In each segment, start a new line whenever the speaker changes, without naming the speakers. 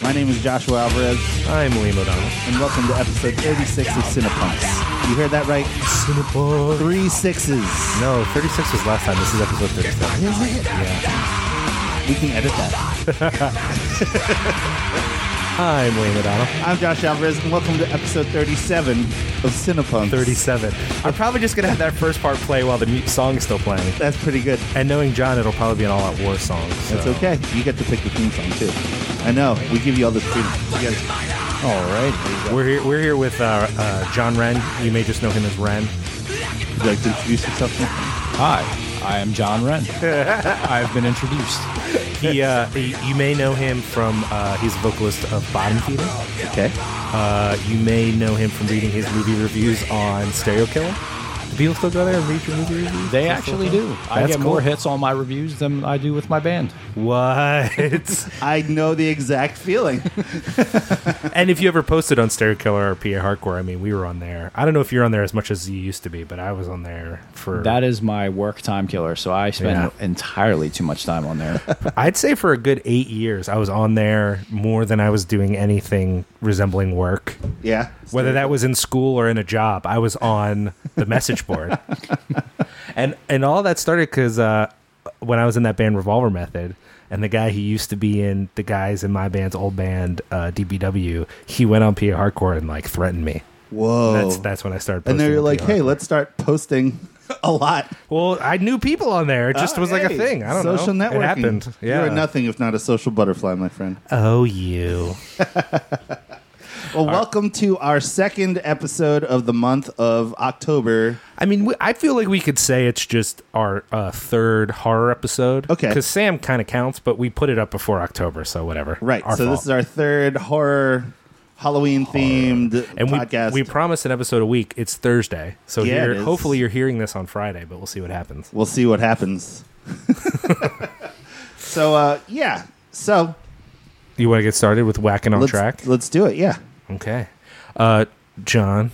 My name is Joshua Alvarez,
I'm Liam O'Donnell.
and welcome to episode 36 of Cinepunks. You heard that right? Three sixes.
No, 36 was last time. This is episode 37.
Is it?
Yeah.
We can edit that.
I'm Liam O'Donnell.
I'm Josh Alvarez, and welcome to episode 37 of Cinepunks.
37. I'm probably just going to have that first part play while the mu- song's still playing.
That's pretty good.
And knowing John, it'll probably be an all-out war song. so-
That's okay. You get to pick the theme song, too. I know. We give you all this freedom. You guys-
All right. We're here, we're here with uh, uh, John Wren. You may just know him as Wren.
would you like to introduce yourself?
Hi, I am John Wren. I've been introduced.
He, uh, he- you may know him from, uh, he's a vocalist of Bottom Feeder.
Okay.
Uh, you may know him from reading his movie reviews on Stereo Killer. Do people still go there and read your movie reviews?
They
That's
actually
cool.
do. I
That's
get more
cool.
hits on my reviews than I do with my band.
What?
I know the exact feeling.
and if you ever posted on Stereo Killer or PA Hardcore, I mean, we were on there. I don't know if you're on there as much as you used to be, but I was on there for.
That is my work time killer, so I spend entirely too much time on there.
I'd say for a good eight years, I was on there more than I was doing anything resembling work.
yeah.
Whether that was in school or in a job, I was on the message board. and and all that started because uh, when I was in that band Revolver Method, and the guy who used to be in the guys in my band's old band uh, DBW, he went on PA Hardcore and like threatened me.
Whoa.
That's that's when I started.
Oh. and then
posting
you're
on
like,
PR.
hey, let's start posting a lot.
well, I knew people on there. It just
Oh,
was like
hey,
a thing. I don't
social
know.
networking.
It happened. Yeah.
You're nothing if not a social butterfly, my friend.
Oh, you.
Well, welcome to our second episode of the month of October.
I mean, we, I feel like we could say it's just our uh, third horror episode.
Okay.
Because Sam kind of counts, but we put it up before October, so whatever.
Right.
Our
so
fault.
this is our third horror Halloween themed
and we,
podcast.
we promise an episode a week. It's Thursday, so
Yeah,
you're-
it is.
hopefully you're hearing this on Friday, but we'll see what happens.
we'll see what happens. so uh yeah. So
You want to get started with whacking on
let's
track?
let's do it. Yeah.
Okay, uh, John,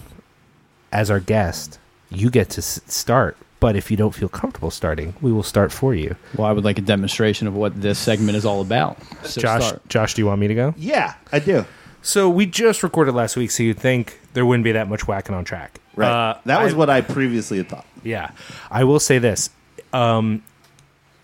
as our guest, you get to s- start. But if you don't feel comfortable starting, we will start for you.
well, I would like a demonstration of what this segment is all about. So
Josh,
start.
Josh, do you want me to go?
Yeah, I do.
So we just recorded last week, so you'd think there wouldn't be that much whacking on track.
Right.
Uh,
that was
I-
what I previously had thought.
Yeah, I will say this: um,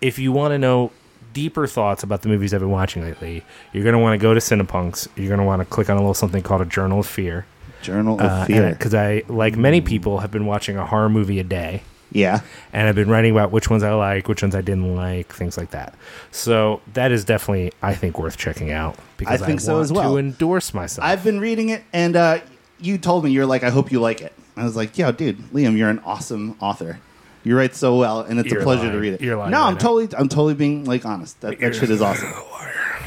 if you want to know deeper thoughts about the movies I've been watching lately, you're gonna want to go to Cinepunks. You're gonna want to click on a little something called a Journal of Fear,
Journal of Fear.
because Uh, I, like many people, have been watching a horror movie a day,
Yeah.
and I've been writing about which ones I like, which ones I didn't like, things like that. So that is definitely, I think, worth checking out because
think so
want
as well.
To endorse myself,
I've been reading it, and uh, you told me you're like, I hope you like it. I was like, Yo, dude, Liam, you're an awesome author. You write so well, and it's
You're
a pleasure to
lying.
read it.
You're lying
no,
right
I'm
now.
totally, I'm totally being like honest. That, that shit is awesome.
I,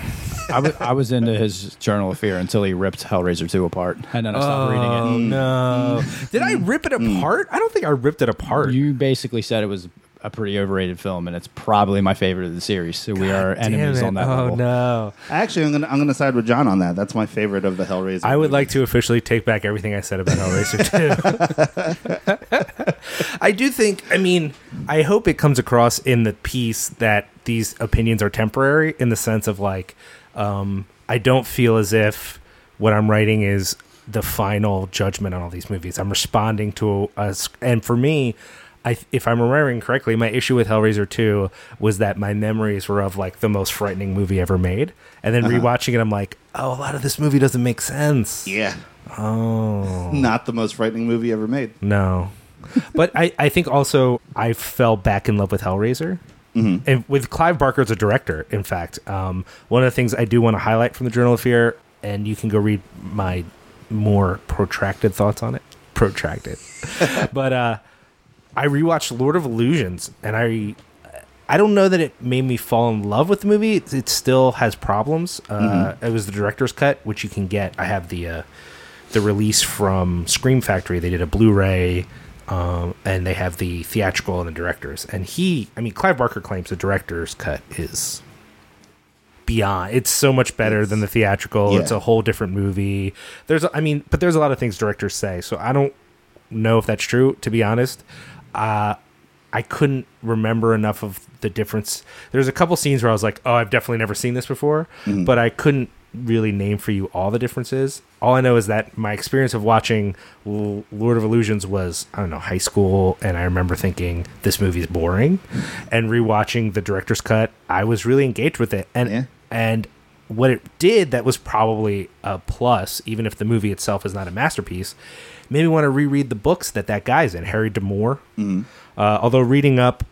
w- I was into his Journal of Fear until he ripped Hellraiser 2 apart, and then I stopped reading
Oh, no! Did I rip it apart? I don't think I ripped it apart.
it. You basically said it was a pretty overrated film, and it's probably my favorite of the series. So we are
Damn
enemies
it.
on that
oh,
level.
no.
Actually, I'm gonna, I'm gonna side with John on that. That's my favorite of the Hellraiser.
I
movies.
would like to officially take back everything I said about Hellraiser 2. I do think, I mean, I hope it comes across in the piece that these opinions are temporary in the sense of like, um, I don't feel as if what I'm writing is the final judgment on all these movies. I'm responding to us. And for me, I, if I'm remembering correctly, my issue with Hellraiser 2 was that my memories were of like the most frightening movie ever made. And then rewatching it, I'm like, oh, a lot of this movie doesn't make sense.
Yeah,
Oh.
not the most frightening movie ever made.
No. but I, I think also I fell back in love with Hellraiser. And with Clive Barker as a director, in fact, um, one of the things I do want to highlight from the Journal of Fear, and you can go read my more protracted thoughts on it. Protracted. but uh, I rewatched Lord of Illusions, and I I don't know that it made me fall in love with the movie. It, it still has problems. Uh, It was the director's cut, which you can get. I have the uh, the release from Scream Factory. They did a Blu-ray, um, and they have the theatrical and the directors. And he, I mean, Clive Barker claims the director's cut is beyond. It's so much better than the theatrical.
Yeah.
It's a whole different movie. There's, I mean, but there's a lot of things directors say. So I don't know if that's true. To be honest, uh, I couldn't remember enough of the difference. There's a couple scenes where I was like, "Oh, I've definitely never seen this before," but I couldn't really name for you all the differences. All I know is that my experience of watching L- Lord of Illusions was, I don't know, high school, and I remember thinking this movie's boring. And rewatching the director's cut, I was really engaged with it. And
Yeah.
and what it did that was probably a plus, even if the movie itself is not a masterpiece, made me want to reread the books that that guy's in, Harry DeMore. Uh, although reading up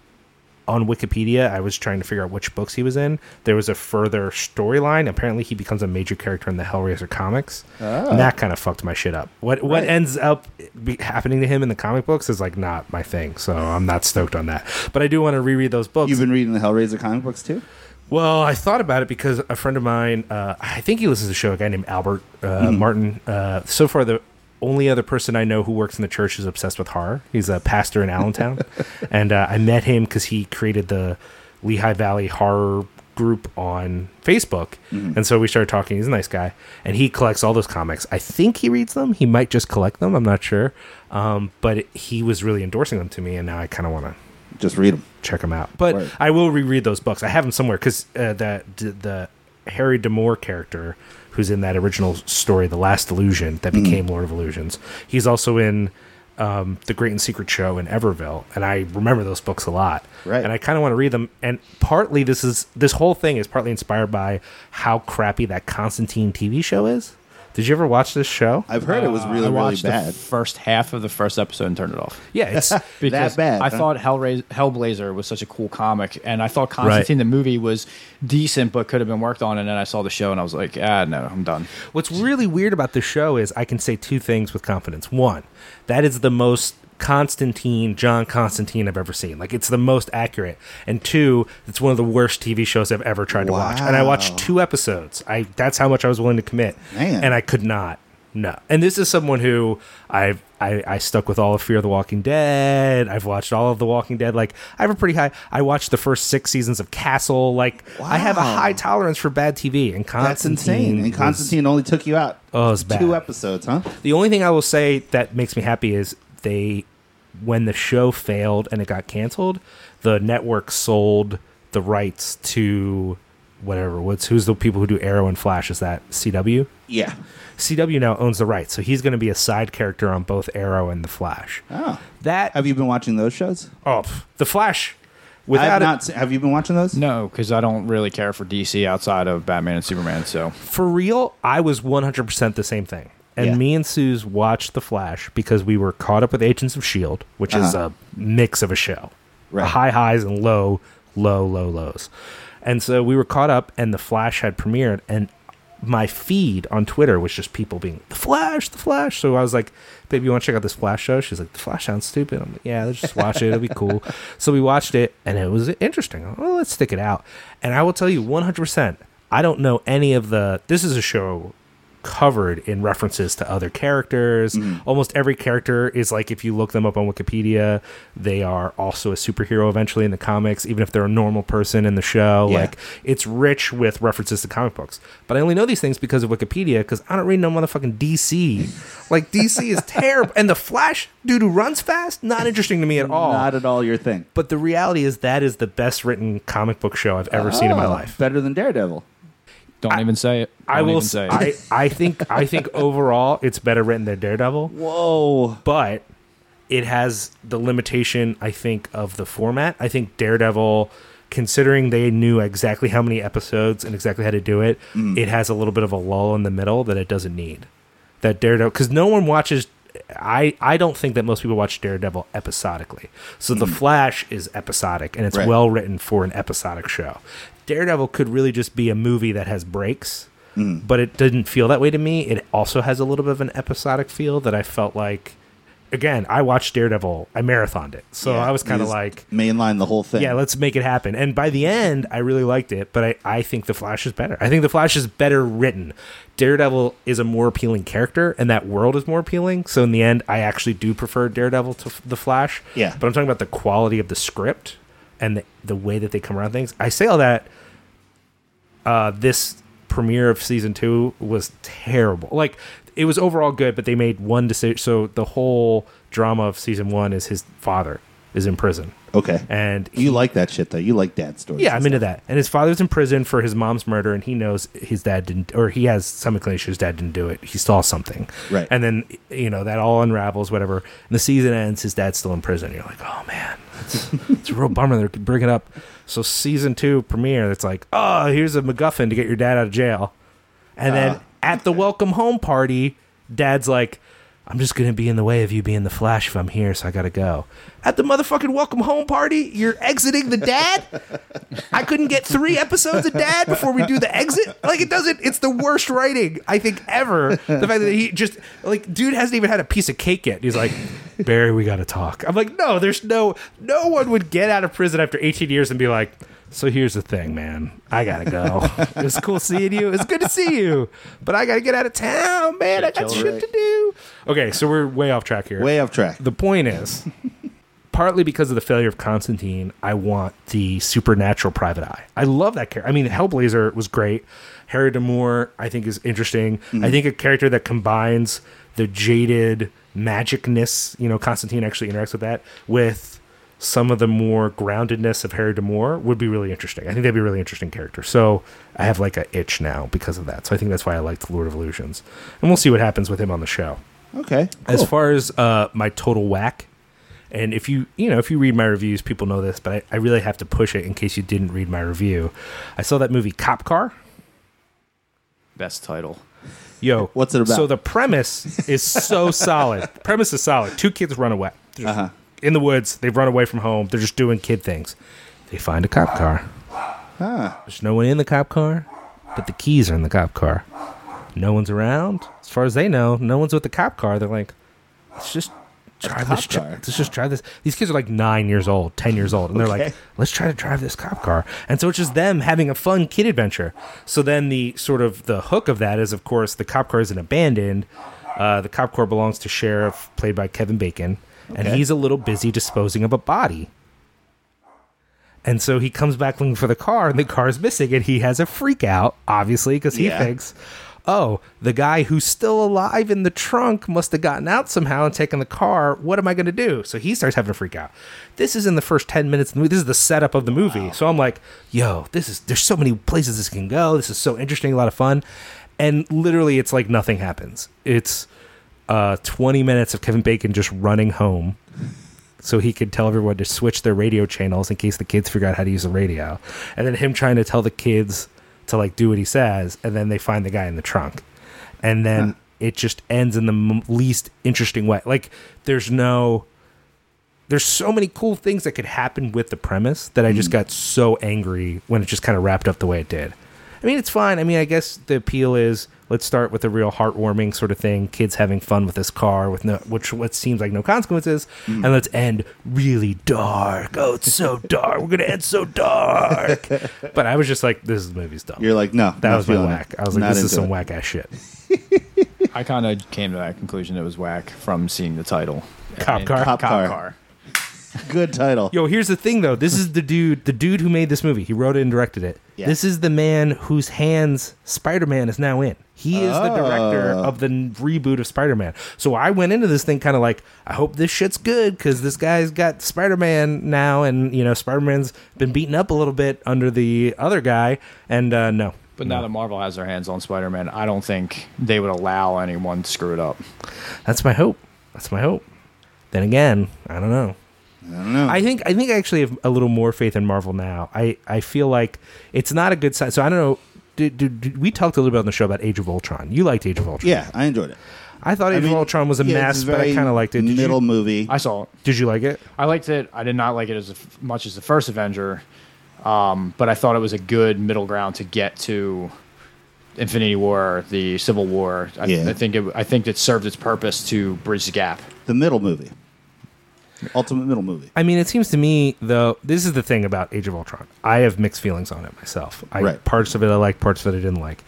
on Wikipedia, I was trying to figure out which books he was in. There was a further storyline. Apparently, he becomes a major character in the Hellraiser comics, and that kind of fucked my shit up. What what
Ah. Right.
ends up be happening to him in the comic books is like not my thing, so I'm not stoked on that. But I do want to reread those books.
You've been reading the Hellraiser comic books too?
Well, I thought about it because a friend of mine, uh, I think he listens to the show, a guy named Albert uh, Martin. Uh, so far, the only other person I know who works in the church is obsessed with horror. He's a pastor in Allentown. and uh, I met him because he created the Lehigh Valley Horror group on Facebook. And so we started talking. He's a nice guy. And he collects all those comics. I think he reads them. He might just collect them. I'm not sure. Um, but he was really endorsing them to me. And now I kind of want to
Just read them.
check them out. But
Right.
I will reread those books. I have them somewhere because uh, the d- the Harry Demore character, who's in that original story, The Last Illusion,
Mm.
that became Lord of Illusions, he's also in um, the Great and Secret Show in Everville, and I remember those books a lot.
Right.
And I kind of want to read them. And partly this is this whole thing is partly inspired by how crappy that Constantine TV show is. Did you ever watch this show?
I've heard it was
Uh,
really,
I
really
watched
bad.
the first half of the first episode and turned it off.
Yeah, it's
that bad.
I
huh?
thought Hellraiser, Hellblazer was such a cool comic, and I thought Constantine the movie was decent, but could have been worked on. And then I saw the show, and I was like, ah, no, I'm done.
What's really weird about the show is I can say two things with confidence. One, that is the most Constantine, John Constantine I've ever seen. Like it's the most accurate. And two, it's one of the worst TV shows I've ever tried to watch. And I watched
Wow.
two episodes. I that's how much I was willing to commit.
Man.
And I could not. No. And this is someone who I've I, I stuck with all of Fear of the Walking Dead. I've watched all of The Walking Dead. Like I have a pretty high I watched the first six seasons of Castle. Like I have a
Wow.
high tolerance for bad TV and
That's
Constantine.
insane. And
was-
Constantine only took you out.
Oh, it's bad.
two episodes, huh?
the only thing I will say that makes me happy is they, when the show failed and it got canceled, the network sold the rights to whatever. What's who's the people who do Arrow and Flash? Is that CW?
Yeah.
CW now owns the rights, so he's going to be a side character on both Arrow and the Flash.
Oh.
That
Have you been watching those shows?
oh, pff, the
I
Flash
have
without it,
not. se- have you been watching those?
No, because I don't really care for DC outside of Batman and Superman. So
for real, I was 100% the same thing. And
Yeah.
me and Suze watched The Flash because we were caught up with Agents of S.H.I.E.L.D., E which is
Uh-huh.
a mix of a show
Right.
high highs and low, low, low lows. And so we were caught up, and The Flash had premiered. And my feed on Twitter was just people being, The Flash, The Flash. So I was like, Babe, you want to check out this Flash show? She's like, The Flash sounds stupid. I'm like, Yeah, let's just watch it. It'll be cool. so we watched it, and it was interesting. I'm like, Well, let's stick it out. And I will tell you 100%, I don't know any of the. This is a show covered in references to other characters.
Mm-hmm.
Almost every character is like if you look them up on Wikipedia, they are also a superhero eventually in the comics, even if they're a normal person in the show.
Yeah.
Like it's rich with references to comic books. But I only know these things because of Wikipedia because I don't read no motherfucking DC. like DC is terrible. And the Flash dude who runs fast, not interesting to me at all.
Not at all your thing.
but the reality is that is the best written comic book show I've ever seen in my
Oh,
life.
Better than Daredevil.
don't even say it.
I
Don't
will.
even
s-
say it.
I, I think. I think overall, it's better written than Daredevil.
Whoa.
but it has the limitation i think of the format i think daredevil considering they knew exactly how many episodes and exactly how to do it
Mm.
it has a little bit of a lull in the middle that it doesn't need that daredevil because no one watches I, I don't think that most people watch Daredevil episodically. So The
Mm.
Flash is episodic and it's
Right.
well written for an episodic show. Daredevil could really just be a movie that has breaks, but it didn't feel that way to me. It also has a little bit of an episodic feel that I felt like again, I watched Daredevil. I marathoned it. So
Yeah,
I was kind
you
of
just
like,
mainline the whole thing.
yeah, let's make it happen. And by the end, I really liked it, but I, I think The Flash is better. I think The Flash is better written. Daredevil is a more appealing character, and that world is more appealing. So in the end, I actually do prefer Daredevil to f- The Flash.
Yeah.
But I'm talking about the quality of the script and the, the way that they come around things. I say all that. Uh, this premiere of season two was terrible. Like it was overall good, but they made one decision. So the whole drama of season one is his father is in prison
Okay.
And
you like that shit though. You like dad stories.
Yeah, I'm into that. And his father's in prison for his mom's murder, and he knows his dad didn't, or he has some inclination his dad didn't do it. He saw something.
Right.
And then, you know, that all unravels, whatever. And the season ends, his dad's still in prison. You're like, oh, man, it's, it's a real bummer. They're bringing up. So season two premiere, it's like, oh, here's a MacGuffin to get your dad out of jail. And then at the welcome home party, dad's like, I'm just going to be in the way of you being the Flash if I'm here, so I got to go. At the motherfucking welcome home party, you're exiting the dad? I couldn't get three episodes of dad before we do the exit? Like, it doesn't, it's the worst writing, I think, ever. The fact that he just, like, dude hasn't even had a piece of cake yet. He's like, Barry, we got to talk. I'm like, no, there's no, no one would get out of prison after 18 years and be like, so here's the thing, man. I gotta go. it was cool seeing you. It's good to see you, but I gotta get out of town, man. I got
Joe,
shit
right.
to do. Okay, so we're way off track here.
Way off track.
The point is, partly because of the failure of Constantine, I want the supernatural private eye. I love that character. I mean, Hellblazer was great. Harry Damore, I think, is interesting. I think a character that combines the jaded magicness, you know, Constantine actually interacts with that, with some of the more groundedness of Harry Damore would be really interesting. I think that'd be a really interesting character. So I have like a itch now because of that. So I think that's why I liked Lord of Illusions. And we'll see what happens with him on the show
okay.
as
cool.
far as uh, my total whack and if you you know if you read my reviews people know this but I, I really have to push it in case you didn't read my review i saw that movie cop car
Best title.
yo
What's it about?
so the premise is so solid premise is solid two kids run away They're just
Uh-huh.
in the woods they've run away from home they're just doing kid things they find a cop car there's no one in the cop car but the keys are in the cop car no one's around as far as they know no one's with the cop car they're like let's just try
cop
this. Car.
car.
Let's just try this. These kids are like nine years old, ten years old, and they're
Okay.
like, let's try to drive this cop car. And so it's just them having a fun kid adventure. So then the sort of the hook of that is, of course, the cop car isn't abandoned. Uh, the cop car belongs to sheriff, played by Kevin Bacon, and
Okay.
he's a little busy disposing of a body. And so he comes back looking for the car, and the car's missing, and he has a freak out, obviously, because he
Yeah.
thinks, oh, the guy who's still alive in the trunk must have gotten out somehow and taken the car. What am I going to do? So he starts having a freak out. This is in the first 10 minutes of the movie. This is the setup of the movie. So I'm like, yo, this is, there's so many places this can go. This is so interesting, a lot of fun. And literally, it's like nothing happens. It's uh, 20 minutes of Kevin Bacon just running home so he could tell everyone to switch their radio channels in case the kids figure out how to use the radio. And then him trying to tell the kids to like do what he says, and then they find the guy in the trunk. And then it just ends in the m- least interesting way. Like there's no there's so many cool things that could happen with the premise that I
Mm-hmm.
just got so angry when it just kind of wrapped up the way it did. I mean, it's fine. I mean, I guess the appeal is let's start with a real heartwarming sort of thing, kids having fun with this car with no which what seems like no consequences,
Mm-hmm.
and let's end really dark. Oh, it's so dark. We're going to end so dark. but I was just like this movie's dumb.
You're like, no.
that
not
was my
feeling it.
whack. I was like
Not
this is
into
some
it.
whack ass shit.
I kind of came to that conclusion it was whack from seeing the title.
Cop
And-
car.
Cop car. Good title.
Yo, here's the thing though. This is the dude, the dude who made this movie. He wrote it and directed it.
Yeah.
This is the man whose hands Spider-Man is now in. He is the director
Oh.
of the n- reboot of Spider-Man. So I went into this thing kind of like, I hope this shit's good cuz this guy's got Spider-Man now and, you know, Spider-Man's been beaten up a little bit under the other guy and uh no.
But now that Marvel has their hands on Spider Man, I don't think they would allow anyone to screw it up.
That's my hope. That's my hope. Then again, I don't know.
I don't know.
I think I think I actually have a little more faith in Marvel now. I, I feel like it's not a good sign. So I don't know. Did, did, did- we talked a little bit on the show about Age of Ultron. You liked Age of Ultron.
yeah, I enjoyed it.
I thought Age
I mean,
of Ultron was a
yeah,
mess,
it's
but I
very
kind of liked it. Did
middle
You,
movie.
I saw it.
did you like it?
I liked it. I did not like it as f- much as the first Avenger, um, but I thought it was a good middle ground to get to Infinity War, the Civil War. I,
Yeah.
I think it, I think it served its purpose to bridge the gap.
the middle movie. Ultimate middle movie.
I mean, it seems to me though. This is the thing about Age of Ultron. I have mixed feelings on it myself. I,
Right.
Parts of it I liked, parts of it I didn't like.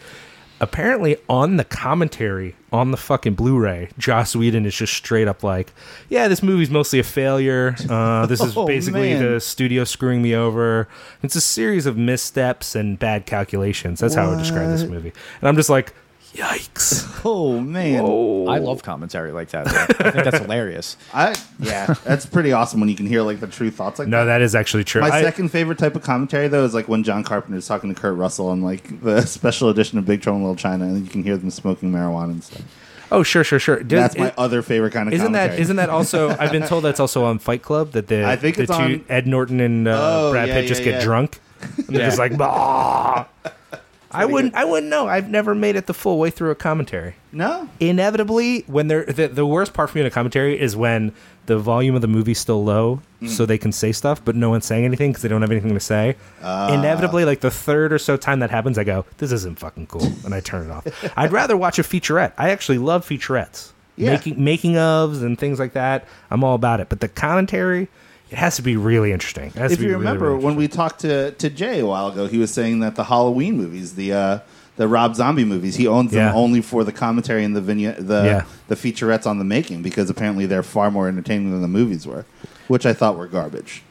Apparently, on the commentary on the fucking Blu-ray, Joss Whedon is just straight up like, "Yeah, this movie's mostly a failure. Uh, this is
Oh,
basically
man.
the studio screwing me over. It's a series of missteps and bad calculations." That's how I would describe this
What?
movie. And I'm just like, Yikes.
Oh man.
I love commentary like that. though. I think that's hilarious.
I yeah, that's pretty awesome when you can hear like the true thoughts like
No, that is actually true.
My
I-
second favorite type of commentary though is like when John Carpenter is talking to Kurt Russell on like the special edition of Big Trouble in Little China, and you can hear them smoking marijuana and stuff.
oh, sure, sure, sure. Does-
That's my
it-
other favorite kind of
Isn't
commentary.
that isn't that also? I've been told that's also on Fight Club that the
I think
the
it's
two
on-
Ed Norton and uh,
Oh,
Brad
yeah,
Pitt just
yeah,
get
yeah.
drunk. And they're just like, "Bah." I wouldn't I wouldn't know. I've never made it the full way through a commentary.
no?
Inevitably, when they're the, the worst part for me in a commentary is when the volume of the movie's still low,
Mm.
so they can say stuff, but no one's saying anything because they don't have anything to say.
Ah.
Inevitably, like the third or so time that happens, I go, "This isn't fucking cool," and I turn it off. I'd rather watch a featurette. I actually love featurettes
Yeah.
making making ofs and things like that. I'm all about it. But the commentary, it has to be really interesting. It has
If
to be
you
really,
remember
really
when we talked to, to Jay a while ago, he was saying that the Halloween movies, the uh, the Rob Zombie movies, he owns
Yeah.
them only for the commentary and the vignette, the
Yeah.
the featurettes on the making because apparently they're far more entertaining than the movies were, which I thought were garbage.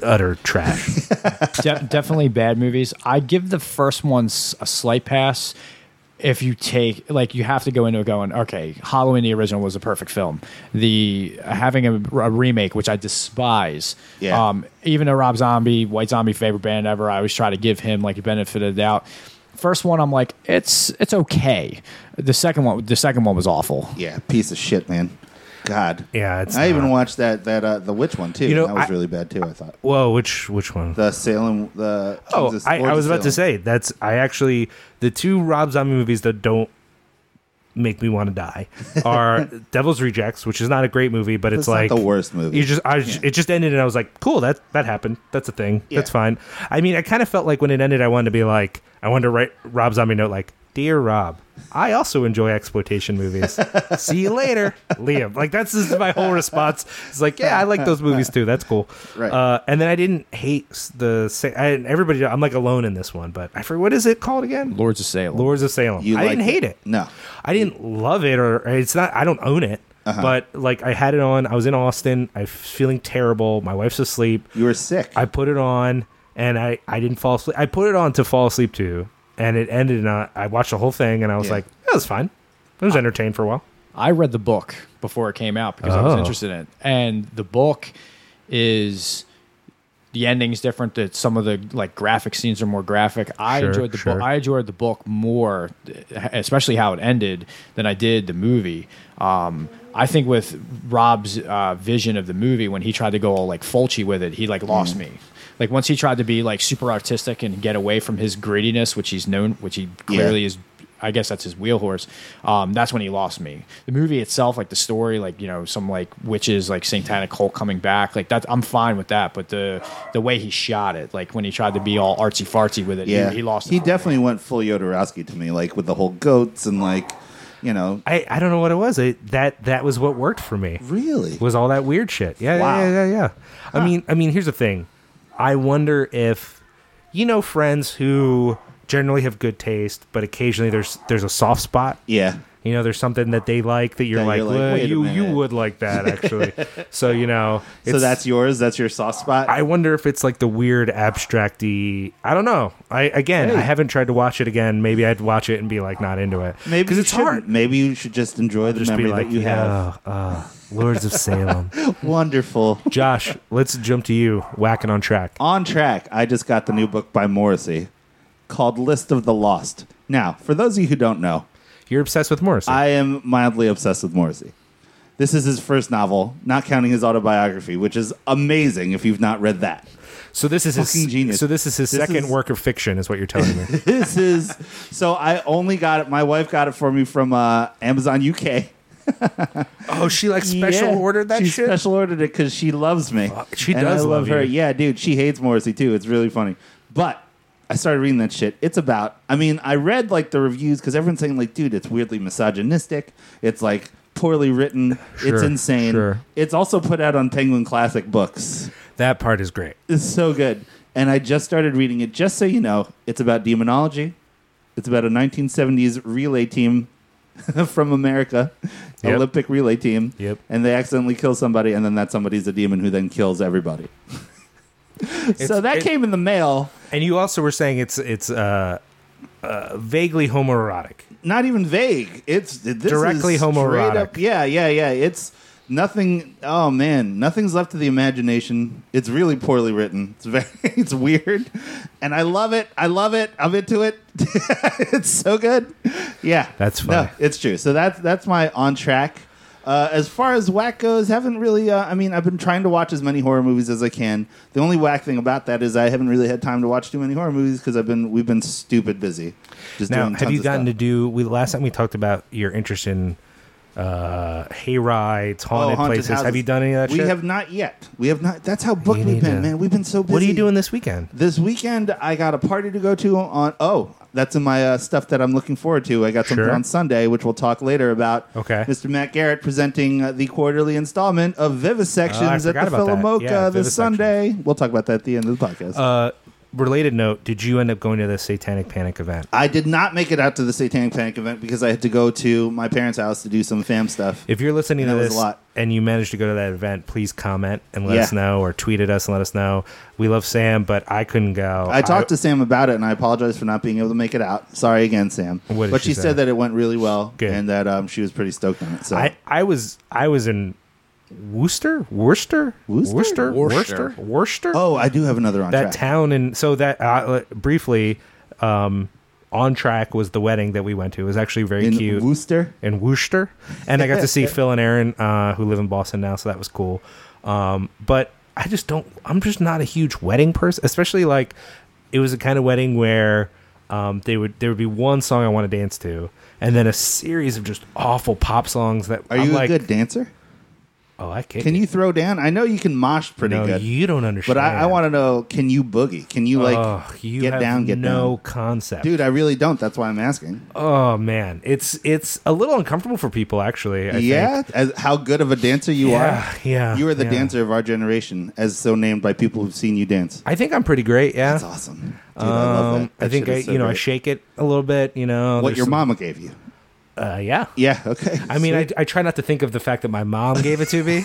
interesting. utter trash.
De- definitely bad movies. I give the first one s- a slight pass. If you take like you have to go into it going okay, Halloween the original was a perfect film. The having a, a remake, which I despise.
Yeah.
Um, even a Rob Zombie, White Zombie, favorite band ever. I always try to give him like a benefit of the doubt. First one, I'm like it's it's okay. The second one, the second one was awful.
Yeah, piece of shit, man. God.
Yeah, it's
I even
not-
watched that that uh, the witch one too.
You know,
that was
I-
really bad too. I thought
Whoa, which which one?
the Salem the
Oh,
Kings of-
I,
Lords
I
of
was about to
Salem.
say that's I actually the two Rob Zombie movies that don't make me want to die are Devil's Rejects, which is not a great movie, but it's,
It's not
like
the worst movie.
You just I j- it just ended and I was like, cool, that that happened. That's a thing. That's fine. I mean, I kind of felt like when it ended, I wanted to be like, I wanted to write Rob Zombie a note like, dear Rob. I also enjoy exploitation movies. See you later, Liam. Like that's just my whole response. It's like, yeah, I like those movies too. That's cool.
Right.
Uh, and then I didn't hate s- the. sa- I, everybody, I'm like alone in this one, but I forget what is it called again?
Lords of Salem.
Lords of Salem.
You
I
liked
didn't hate it.
No.
I didn't love it, or it's not. I don't own it. But like, I had it on. I was in Austin. I was feeling terrible. My wife's asleep.
You were sick.
I put it on, and I I didn't fall asleep. I put it on to fall asleep too, and it ended. And I, I watched the whole thing, and I was
Yeah.
like, that was fine. I was entertained for a while.
I read the book before it came out because I was
Oh.
interested in it. And the book is the ending's different. That some of the like graphic scenes are more graphic. I
Sure,
enjoyed the
sure.
book. I enjoyed the book more, especially how it ended, than I did the movie. Um, I think with Rob's uh, vision of the movie, when he tried to go all like Fulci with it, he like lost
Mm.
me. Like once he tried to be like super artistic and get away from his grittiness, which he's known, which he clearly is I guess that's his wheel horse. Um, that's when he lost me. The movie itself, like the story, like you know, some like witches, like satanic cult coming back, like that. I'm fine with that, but the the way he shot it, like when he tried to be all artsy fartsy with it,
yeah,
he, he lost.
He
it for me.
definitely went full Yodorowski to me, like with the whole goats and like, you know,
I, I don't know what it was. It, that that was what worked for me.
really.
was all that weird shit. Yeah,
Wow.
yeah, yeah, yeah. yeah. I mean, I mean, here's the thing. I wonder if you know friends who generally have good taste, but occasionally there's there's a soft spot.
Yeah,
You know, there's something that they like that you're
That
like,
you're like,
"Well,
wait a
you you
minute."
would like that actually. so you know,
so
it's-
that's yours. That's your soft spot.
I wonder if it's like the weird abstracty. I don't know. I again, I haven't tried to watch it again. Maybe I'd watch it and be like not into it
maybe you
it's
shouldn't.
hard.
Maybe you should just enjoy the
Just be
memory
like
that you have.
"Oh, oh, Lords of Salem.
Wonderful.
Josh, let's jump to you. Whacking on track.
On track. I just got the new book by Morrissey called "List of the Lost." Now, for those of you who don't know,
You're obsessed with Morrissey.
I am mildly obsessed with Morrissey. This is his first novel, not counting his autobiography, which is amazing if you've not read that.
so this is his
fucking genius.
So this is his
This
second
is-
work of fiction, is what you're telling me.
this is so I only got it. My wife got it for me from uh, Amazon UK.
oh, she like
Yeah. she Special ordered it because she loves me.
she
And
does
I
love
her.
you.
Yeah, dude, she hates Morrissey too. It's really funny. But I started reading that shit. It's about. I mean, I read like the reviews because everyone's saying like, dude, it's weirdly misogynistic. It's like poorly written.
Sure,
it's insane.
sure.
It's also put out on Penguin Classic Books.
That part is great.
It's so good. And I just started reading it. Just so you know, it's about demonology. It's about a 1970s relay team from America,
Yep.
Olympic relay team.
Yep.
And they accidentally kill somebody, and then that somebody's a demon who then kills everybody. so that
it-
came in the mail.
And you also were saying it's it's uh, uh, vaguely homoerotic.
not even vague. It's this
Directly
is straight
homoerotic.
up- yeah, yeah, yeah. It's nothing. Oh man, nothing's left to the imagination. It's really poorly written. It's very, it's weird, and I love it. I love it. I'm into it. it's so good. Yeah,
That's
No,
funny.
it's true. So that's that's my on track. Uh, as far as whack goes, haven't really. Uh, I mean, I've been trying to watch as many horror movies as I can. The only whack thing about that is I haven't really had time to watch too many horror movies because I've been we've been stupid busy. Just
Now,
doing
have you
tons of stuff.
gotten to do? We last time we talked about your interest in uh, hayrides, haunted, places.
Oh, houses.
Have you done any of that?
We
shit?
have not yet. We have not. That's how booked
You
we've
need
been,
to-
man. We've been so busy.
What are you doing this weekend?
This weekend, I got a party to go to on. Oh, that's in my uh, stuff that I'm looking forward to. I got something
Sure.
on Sunday, which we'll talk later about.
Okay.
Mr. Matt Garrett presenting uh, the quarterly installment of
Oh, I
Vivisections at
forgot
the
about that.
Philomoka
Yeah,
this
Vivisections.
Sunday. We'll talk about that at the end of the podcast.
Uh, related note: Did you end up going to the Satanic Panic event?
I did not make it out to the Satanic Panic event because I had to go to my parents' house to do some fam stuff.
If you're listening
That
to
was
this
a lot.
and you managed to go to that event, please comment and let
Yeah.
us know, or tweet at us and let us know. We love Sam, but I couldn't go.
I talked to Sam about it, and I apologize for not being able to make it out. Sorry again, Sam.
What did
but she,
she say?
said that it went really well,
Good.
and that um, she was pretty stoked on it. So
I, I was I was in Worcester, Worcester,
Worcester?
Worcester,
Worcester.
Worcester, Worcester.
oh, I do have another on
that
track.
town, and so that uh, briefly, um, on track was the wedding that we went to. It was actually very
in
cute
Worcester.
in Worcester, and I got to see Phil and Aaron, uh, who live in Boston now, so that was cool. Um, but I just don't. I'm just not a huge wedding person, especially like it was a kind of wedding where um, they would there would be one song I want to dance to, and then a series of just awful pop songs that
Are
I'm
you
like,
a good dancer?
Oh, I kick
Can
it.
you throw down? I know you can mosh pretty
No,
good,
you don't
but
understand.
I, I want to know: Can you boogie? Can you like
Ugh, you
get
have
down? Get
no
down,
concept,
dude. I really don't. That's why I'm asking.
Oh man, it's it's a little uncomfortable for people actually. I
yeah,
think.
As, how good of a dancer you
Yeah,
are.
yeah,
you are the
yeah.
dancer of our generation, as so named by people who've seen you dance.
I think I'm pretty great. Yeah,
That's awesome. Dude, I love
Um,
that.
I
That
think
shit
I,
is so
you know, I
great.
shake it a little bit. You know,
what
there's
your
some-
mama gave you.
Uh, yeah.
Yeah. Okay.
I mean, I,
Sweet.
I try not to think of the fact that my mom gave it to me,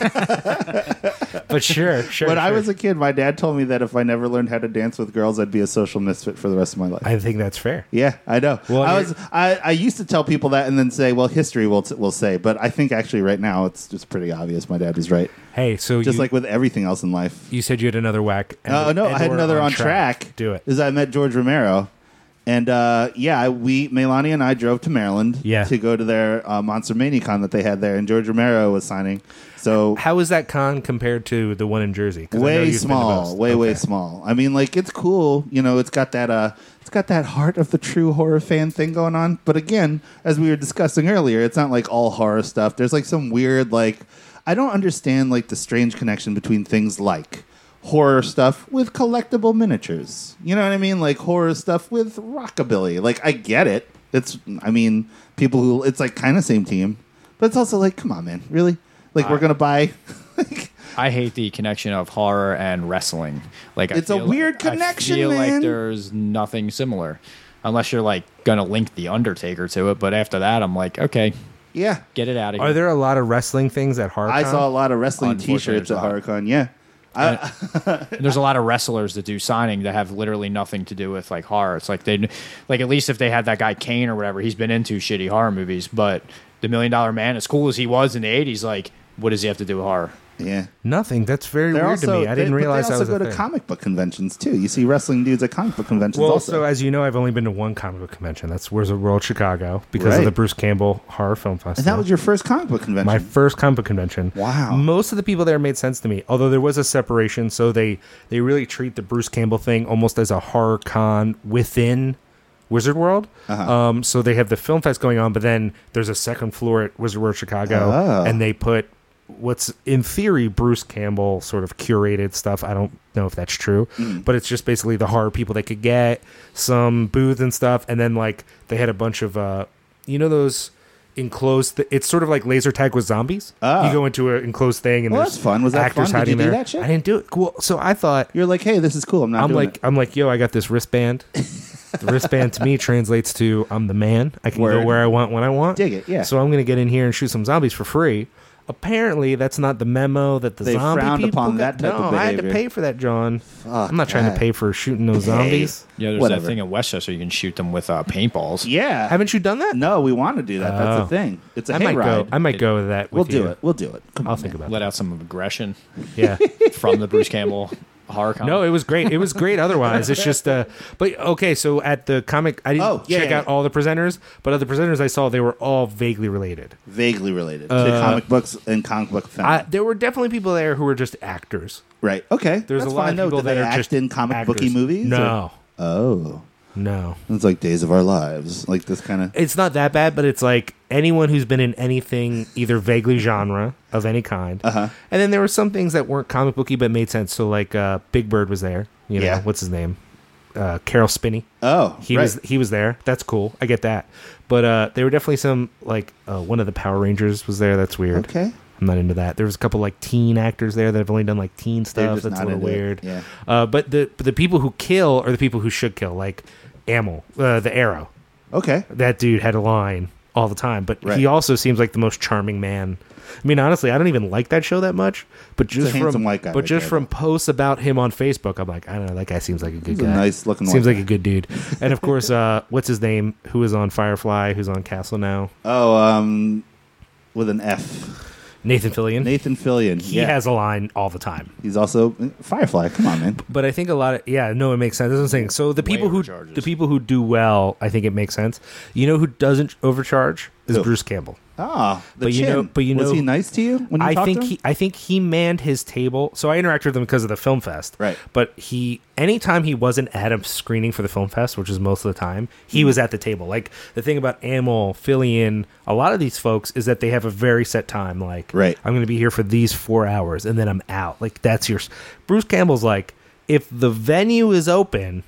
but sure, sure.
when I
sure.
was a kid, my dad told me that if I never learned how to dance with girls, I'd be a social misfit for the rest of my life.
I think that's fair.
yeah, I know.
Well,
I
you're-
was. I, I used to tell people that and then say, "Well, history will t- will say," but I think actually right now it's just pretty obvious. My dad was right.
Hey, so
Just
you,
like with everything else in life,
you said, you had another whack. and-
Oh no,
and
I had
we're
another on track.
Do it.
Is I met George Romero, and uh, yeah, I- we Melania and I drove to Maryland
Yeah.
to go to their uh, Monster ManiaCon that they had there, and George Romero was signing. So
How is that con compared to the one in Jersey? 'Cause I know
way
you've been to
small,
most.
way way
Okay.
small. I mean, like it's cool, you know. It's got that uh, it's got that heart of the true horror fan thing going on. But again, as we were discussing earlier, it's not like all horror stuff. There's like some weird like I don't understand like the strange connection between things like horror stuff with collectible miniatures. You know what I mean? Like horror stuff with rockabilly. Like I get it. It's I mean people who it's like kind of same team, but it's also like come on man, really? Like we're gonna buy.
I hate the connection of horror and wrestling. Like I
It's a
feel-
weird
I
connection,
feel
man.
like there's nothing similar, unless you're like gonna link the Undertaker to it. But after that, I'm like, okay,
yeah.
get it out of here.
Are there a lot of wrestling things at Hard?
I saw a lot of wrestling
Unfortunately,
T-shirts at
there's not.
Horicon. Yeah,
And there's a lot of wrestlers that do signing that have literally nothing to do with like horror. It's like they, like at least if they had that guy Kane or whatever, he's been into shitty horror movies. But the Million Dollar Man, as cool as he was in the '80s, like what does he have to do with horror?
yeah.
Nothing. That's very
They're
weird
also
to me. I
they-
didn't
but
realize
they
that
also
was
go
a
to
thing.
comic book conventions too. You see wrestling dudes at comic book conventions.
Well,
also,
also, as you know, I've only been to one comic book convention. That's Where's the World Chicago because
Right.
of the Bruce Campbell Horror Film Festival.
and that was your first comic book convention.
my first comic book convention.
Wow.
Most of the people there made sense to me, although there was a separation. So they they really treat the Bruce Campbell thing almost as a horror con within Wizard World.
Uh-huh.
Um, so they have the film fest going on, but then there's a second floor at Wizard World Chicago,
Oh.
and they put what's in theory Bruce Campbell sort of curated stuff. I don't know if that's true,
Mm.
but it's just basically the horror people they could get, some booth and stuff, and then like they had a bunch of uh, you know those enclosed. Th- it's sort of like laser tag with zombies.
Ah.
You go into an enclosed thing and
Well,
there's
that's fun. Was that fun?
actors
Did
hiding
you do
there.
that shit?
I didn't do it. Cool. So I thought
You're like, hey, this is cool. I'm not.
I'm
doing
like
it.
I'm like, yo, I got this wristband. the wristband to me translates to I'm the man. I can
Word.
go where I want when I want.
Dig it, yeah.
So I'm gonna get in here and shoot some zombies for free. apparently that's not the memo that the
They
zombie
frowned
people
upon
got.
that type
no,
of
I had to
behavior.
pay for that, John.
Fuck
I'm not trying
that.
to pay for shooting those zombies.
Yeah, there's
Whatever.
that thing in Westchester you can shoot them with uh, paintballs.
Yeah.
Haven't you done that?
no, we want to do that. That's
Oh.
the thing. It's a
I might
hayride.
go. I might go with that.
We'll
with
do
you.
it. We'll do it. Come
I'll
on,
think
man.
about
Let out some aggression
it. Yeah.
from the Bruce Campbell horror comic.
No, it was great. It was great. Otherwise, it's just. Uh, but okay, so at the comic, I didn't
Oh, yeah,
check
yeah,
out
yeah.
all the presenters, but of the presenters I saw, they were all vaguely related.
Vaguely related to comic books and comic book film.
Uh, I, there were definitely people there who were just actors.
right. Okay.
There's
That's
a lot
fine,
of
though.
people
Do
that
they
are
act
just
in comic
actors.
booky movies. or-
No,
Oh.
no,
It's like Days of Our Lives, like this kind of.
it's not that bad. But it's like anyone who's been in anything, either vaguely genre of any kind. Uh-huh. And then there were some things that weren't comic booky but made sense. So like uh, Big Bird was there. You know,
Yeah.
what's his name? Uh, Carol Spinney.
Oh,
He
right.
was he was there. That's cool. I get that. But uh there were definitely some like uh, one of the Power Rangers was there. That's weird.
okay.
I'm not into that. There was a couple like teen actors there that have only done like teen stuff.
just
That's a
not
little
into it.
weird.
Yeah.
Uh, but the but the people who kill are the people who should kill. Like Amel, uh, the Arrow.
Okay.
That dude had a line all the time. But
Right.
he also seems like the most charming man. I mean, honestly, I don't even like that show that much. But just
handsome
from
white guy
but
right
just
there,
from posts about him on Facebook, I'm like, I don't know. That guy seems like a good
a
guy.
nice looking
Seems
white
like a good dude. And of course, uh, what's his name? Who is on Firefly? Who's on Castle now?
Oh, um, with an F.
Nathan Fillion.
Nathan Fillion.
He
yeah.
has a line all the time.
He's also uh, Firefly. Come on, man.
But I think a lot of yeah, no, it makes sense. That's what I'm saying. So the people who
overcharges.
the people who do well, I think it makes sense. You know who doesn't overcharge is
Who?
Bruce Campbell.
Ah, the
But you
chin.
know- but you
was
know-
he nice to you when you
I
talked
think
to him?
he I think he manned his table. So I interacted with him because of the film fest.
Right.
But he anytime he wasn't at a screening for the film fest, which is most of the time,
Mm-hmm.
he was at the table. Like the thing about Amel, Fillion, a lot of these folks is that they have a very set time. Like
Right.
I'm gonna be here for these four hours and then I'm out. Like that's your s- Bruce Campbell's like, if the venue is open,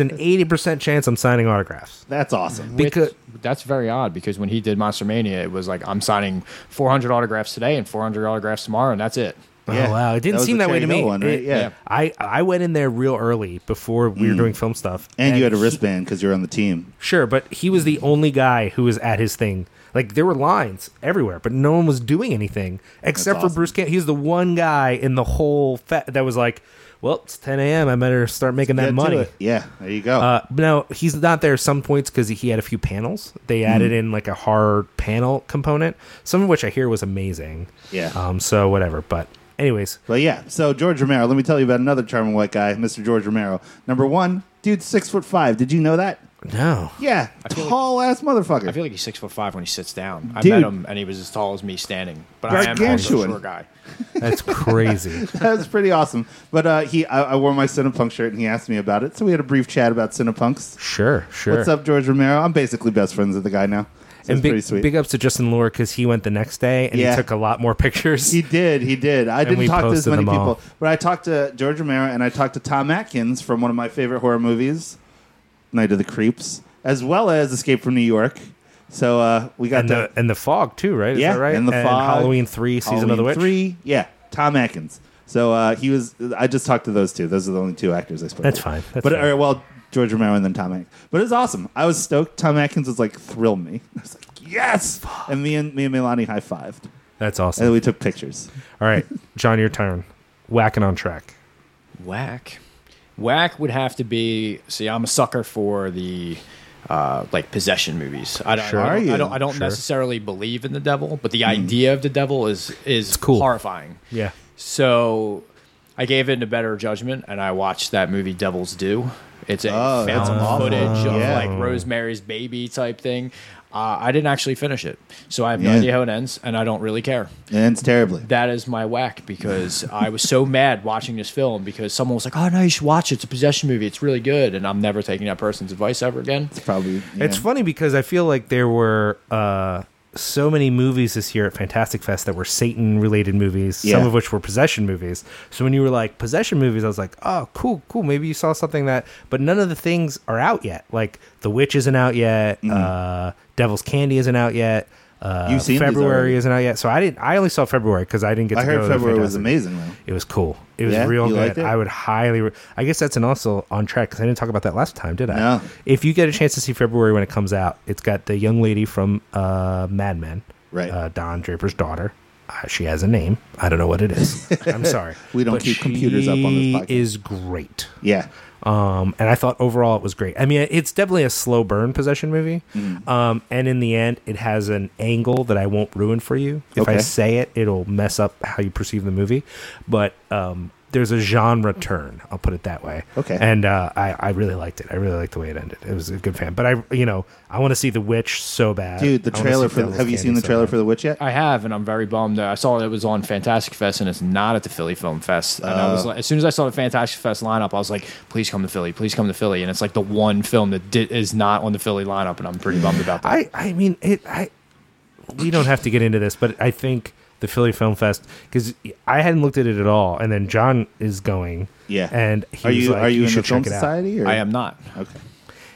an eighty percent chance I'm signing autographs.
That's awesome.
Because
That's very odd because when he did Monster Mania, it was like I'm signing 400 autographs today and 400 autographs tomorrow, and that's it.
Yeah.
Oh wow! It didn't
That was
seem
the
that way to
Cherry
me.
Hill one, right?
It-
Yeah. Mm.
I I went in there real early before we were doing film stuff,
and, you had a
he-
wristband because you're on the team.
sure, but he was the only guy who was at his thing. Like there were lines everywhere, but no one was doing anything except
That's awesome.
for Bruce Campbell. He's the one guy in the whole fa- that was like, "Well, it's 10 a.m. I better start making
Get
that
to
money."
it. Yeah, there you go.
Uh, no, he's not there some points because he had a few panels. They
Mm.
added in like a hard panel component, some of which I hear was amazing.
Yeah.
Um. So whatever. But anyways,
but yeah, so George Romero. Let me tell you about another charming white guy, Mr. George Romero. Number one, dude, six foot five. Did you know that?
no.
Yeah,
feel
tall ass motherfucker.
I feel like he's six foot five when he sits down. I
Dude.
met him and he was as tall as me standing, but I am also a
Gargantuan.
short guy.
That's crazy.
That's pretty awesome. But uh, he, I, I wore my Cinepunk shirt, and he asked me about it. So we had a brief chat about Cinepunks.
sure, sure.
What's up, George Romero? I'm basically best friends with the guy now. So
And
it's pretty
big,
sweet.
big ups to Justin Lore because he went the next day and
Yeah.
he took a lot more pictures.
He did. He did. I didn't
we
talk to as
posted
many
them all.
people, but I talked to George Romero and I talked to Tom Atkins from one of my favorite horror movies, Night of the Creeps, as well as Escape from New York. So uh, we got
and
that.
the and the fog too, right? Is
Yeah,
that right?
and the fog.
Halloween three, season of the
Halloween
witch.
Three, yeah, Tom Atkins. So uh, he was. I just talked to those two. Those are the only two actors I spoke.
That's
to.
fine. That's
but uh,
fine.
Or, well, George Romero and then Tom Atkins. But it was awesome. I was stoked. Tom Atkins was like, "Thrill me." I was like, "Yes!" And me and me and Milani high fived,
That's
and
awesome.
then we took pictures.
All right, John, your turn. Whacking on track.
Whack. Whack would have to be. See, I'm a sucker for the uh, like possession movies. I don't.
Sure
I
are
don't,
you.
I don't, I don't
Sure.
necessarily believe in the devil, but the idea of the devil is is
cool.
horrifying.
Yeah.
So I gave it a better judgment, and I watched that movie Devil's Due. It's a
Oh, that's
found
awful.
footage of
Yeah.
like Rosemary's Baby type thing. Uh, I didn't actually finish it, so I have no
Yeah.
idea how it ends, and I don't really care.
It ends terribly.
That is my whack because I was so mad watching this film because someone was like, "Oh no, you should watch it. It's a possession movie. It's really good." And I'm never taking that person's advice ever again.
Probably.
It's
yeah.
funny because I feel like there were uh, so many movies this year at Fantastic Fest that were Satan related movies,
Yeah.
some of which were possession movies. So when you were like possession movies, I was like, oh, cool, cool. Maybe you saw something that, but none of the things are out yet. Like The Witch isn't out yet, uh, Devil's Candy isn't out yet. Uh,
Mm-hmm. You've seen these
February
already.
isn't out yet, so I didn't. I only saw February because I didn't get. To
I heard
go to the
February was
Fantastic-
amazing though.
It was cool. It was
Yeah?
real
You
good.
liked it?
I would highly. Re- I guess that's an also on track because I didn't talk about that last time, did I?
No.
If you get a chance to see February when it comes out, it's got the young lady from uh, Mad Men,
Right.
Uh, Don Draper's daughter. Uh, she has a name. I don't know what it is. I'm sorry.
We don't keep computers up on this
she
podcast.
Is great.
Yeah.
Um, and I thought overall it was great. I mean, it's definitely a slow burn possession movie.
Mm-hmm.
Um, and in the end, it has an angle that I won't ruin for you. If I
Okay.
say it, it'll mess up how you perceive the movie. But um, there's a genre turn. I'll put it that way.
Okay.
And uh, I, I really liked it. I really liked the way it ended. It was a good fan. But I, you know, I want to see The Witch so bad.
Dude, the
I wanna see
trailer for the,
Devil's
have you
Candy
seen the
so
trailer
bad.
for The Witch yet?
I have, and I'm very bummed. I saw it was on Fantastic Fest, and it's not at the Philly Film Fest. And I was
Uh.
like, as soon as I saw the Fantastic Fest lineup, I was like, "Please come to Philly, please come to Philly." And it's like the one film that di- is not on the Philly lineup, and I'm pretty bummed about that.
I, I mean, it. I we don't have to get into this, but I think the Philly Film Fest because I hadn't looked at it at all, and then John is going.
Yeah.
and he
are you are you, in the
should
film
check it out.
society? Or?
I am not.
Okay.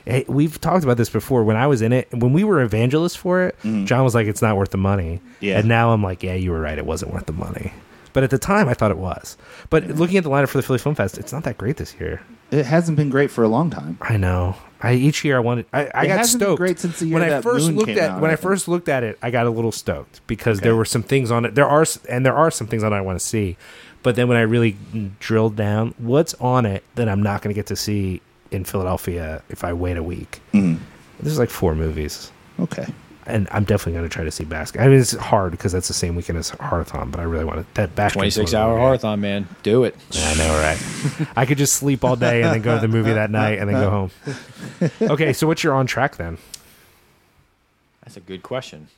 Hey, we've talked about this before. When I was in it, when we were evangelists for it, John was like, "It's not worth the money."
Mm-hmm. Yeah.
and now I'm like, "Yeah, you were right. It wasn't worth the money." But at the time, I thought it was. But looking at the lineup for the Philly Film Fest, it's not that great this year.
It hasn't been great for a long time.
I know. I each year I wanted. I, I
It
got
hasn't been
stoked.
great since the year
when I
that
first
Moon
looked
came
at
out,
when
I
I
think.
first looked at it, I got a little stoked because there were some things on it. There are s- and there are some things on it I want to see, but then when I really drilled down, what's on it that I'm not going to get to see in Philadelphia if I wait a week?
Mm-hmm.
There's like four movies,
Okay.
and I'm definitely going to try to see Basket. I mean, it's hard because that's the same weekend as Hearthon, but I really want to that Basket.
26 hour Horathon, man, do it.
I know, right? I could just sleep all day and then go to the movie that night and then go home. Okay, so what's your on track then?
That's a good question.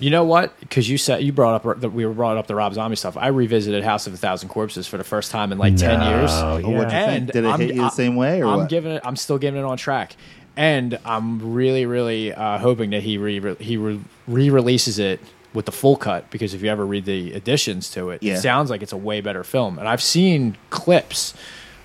You know what? Because you said you brought up that we were brought up the Rob Zombie stuff. I revisited House of a Thousand Corpses for the first time in like ten years.
Oh,
Well, what'd you
yeah.
think? Did it hit you the same way or
I'm
what?
giving it. I'm still giving it on track, and I'm really, really uh, hoping that he re he re releases it with the full cut because if you ever read the additions to it,
Yeah.
it sounds like it's a way better film. And I've seen clips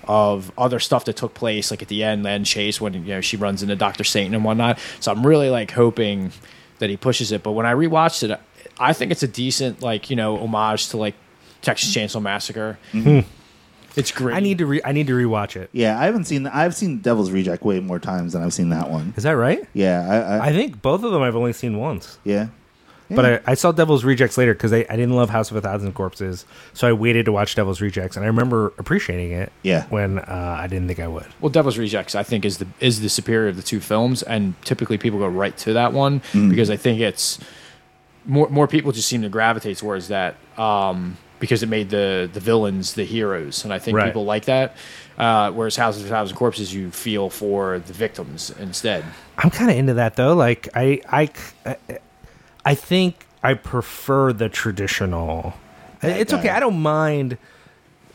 of other stuff that took place, like at the end, Land Chase when you know she runs into Doctor Satan and whatnot. So I'm really like hoping that he pushes it. But when I rewatched it, I think it's a decent like you know homage to like Texas Chainsaw Massacre. It's great.
Mm-hmm. I need to re- I need to rewatch it.
Yeah, I haven't seen. I've seen Devil's Reject way more times than I've seen that one.
Is that right?
Yeah, I, I,
I think both of them I've only seen once.
yeah.
But I, I saw Devil's Rejects later because I, I didn't love House of a Thousand Corpses, so I waited to watch Devil's Rejects, and I remember appreciating it.
Yeah.
When uh, I didn't think I would.
Well, Devil's Rejects, I think, is the is the superior of the two films, and typically people go right to that one because I think it's more more people just seem to gravitate towards that um, because it made the the villains the heroes, and I think
Right.
people like that. Uh, whereas Houses of a Thousand Corpses, you feel for the victims instead.
I'm kind of into that though. Like I, I, c- I think I prefer the traditional. it's
guy.
okay. I don't mind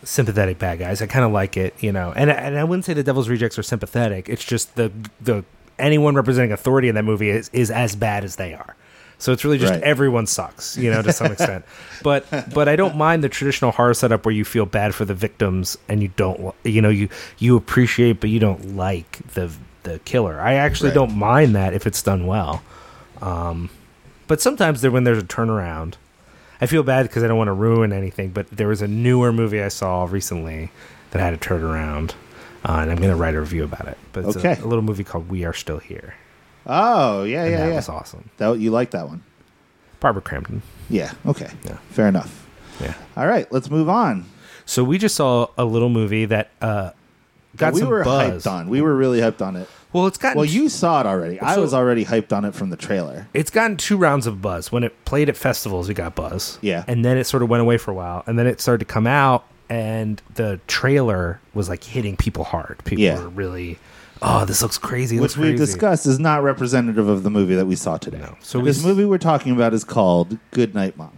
sympathetic bad guys. I kind of like it, you know. And and I wouldn't say the Devil's Rejects are sympathetic. It's just the the anyone representing authority in that movie is is as bad as they are. So it's really just
Right.
everyone sucks, you know, to some extent. But but I don't mind the traditional horror setup where you feel bad for the victims and you don't, li- you know, you you appreciate but you don't like the the killer. I actually
Right.
don't mind that if it's done well. But sometimes there, when there's a turnaround, I feel bad because I don't want to ruin anything. But there was a newer movie I saw recently that had a turnaround, uh, and I'm going to write a review about it. But it's a-
Okay.
a, little movie called We Are Still Here.
Oh, yeah,
And
yeah,
that
yeah.
was awesome.
That you like that one?
Barbara Crampton.
Yeah. Okay.
Yeah.
Fair enough.
Yeah.
All right, let's move on.
So we just saw a little movie that uh, got
we
some
were
buzz.
hyped on. We were really hyped on it.
Well, it's gotten
Well, you saw it already. I
So-
was already hyped on it from the trailer.
it's gotten two rounds of buzz. When it played at festivals, it got buzz.
Yeah.
And then it sort of went away for a while. And then it started to come out, and the trailer was like hitting people hard. People
Yeah.
were really, oh, this looks crazy. it
Which
looks
we've
crazy."
discussed is not representative of the movie that we saw today.
No. So we
this
s-
movie we're talking about is called Good Night Mom.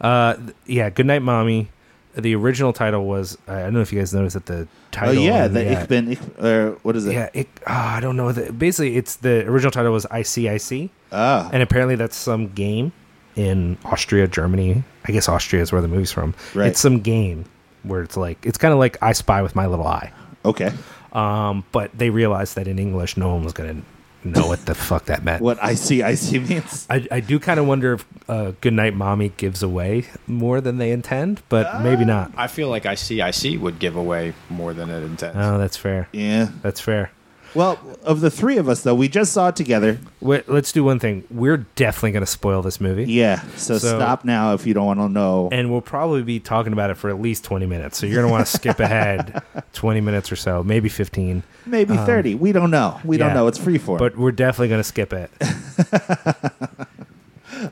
Uh, th- yeah, Goodnight Mommy. The original title was, I don't know if you guys noticed that the
Oh
title.
yeah, the
yeah,
Ich bin ich, or what is it?
yeah, it, oh, I don't know. The, basically, it's the original title was ICIC.
Ah.
and apparently that's some game in Austria, Germany. I guess Austria is where the movie's from.
Right.
It's some game where it's like it's kind of like I Spy with my little eye.
Okay.
Um, but they realized that in English, no one was gonna know what the fuck that meant.
What I see, I see means.
I, I do kind of wonder if uh, "Goodnight, Mommy" gives away more than they intend, but
Ah.
maybe not.
I feel like ICIC would give away more than it intends.
Oh, that's fair.
Yeah.
That's fair.
Well, of the three of us though, we just saw it together.
Wait, let's do one thing. We're definitely going to spoil this movie.
Yeah. So,
So-
stop now if you don't want to know.
And we'll probably be talking about it for at least 20 minutes. So you're going to want to skip ahead 20 minutes or so, maybe 15.
Maybe thirty. We don't know. We
um, yeah.
don't know. It's free for.
But we're definitely going to skip it.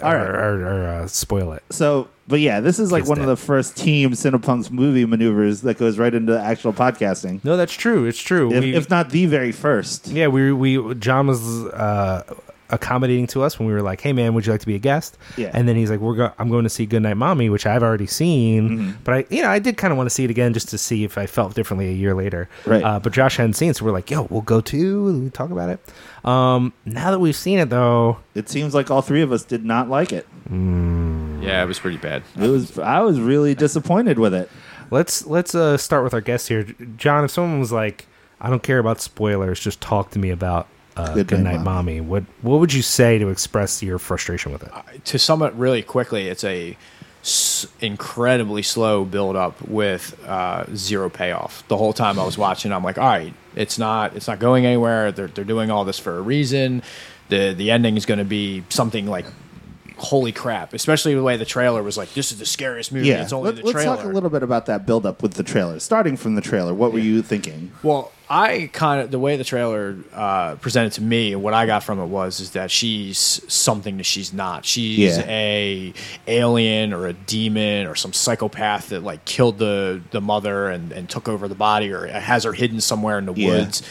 All right.
Or, or, or, uh, spoil it.
So, but yeah, this is like
Kiss
one of
that.
the first team Cinepunks movie maneuvers that goes right into actual podcasting.
No, that's true. It's true.
If,
We-
if not the very first.
Yeah, we we John was uh, accommodating to us when we were like, "Hey, man, would you like to be a guest?"
Yeah.
and then he's like, "We're go- I'm going to see Goodnight Mommy," which I've already seen,
Mm-hmm.
but I you know I did kind of want to see it again just to see if I felt differently a year later.
Right.
Uh, but Josh hadn't seen, it, so we're like, "Yo, we'll go to and we talk about it." Um, now that we've seen it though,
It seems like all three of us did not like it.
Yeah, it was pretty bad.
It was I was really disappointed with it.
let's let's uh, start with our guest here, J- John. If someone was like, "I don't care about spoilers, just talk to me about." Uh,
Goodnight
Goodnight, Mommy. What what would you say to express your frustration with it?
to sum it really quickly, it's a s- incredibly slow build up with uh, zero payoff. The whole time I was watching, I'm like, all right, it's not it's not going anywhere. They're they're doing all this for a reason. The the ending is going to be something like. Holy crap! Especially the way the trailer was like, "This is the scariest movie."
Yeah.
It's only the
us
trailer.
talk a little bit about that build up with the trailer. Starting from the trailer, what were you thinking?
Well, I kind of the way the trailer uh, presented to me, what I got from it was is that she's something that she's not. She's
Yeah.
a alien or a demon or some psychopath that like killed the the mother and and took over the body or has her hidden somewhere in the
Yeah.
woods.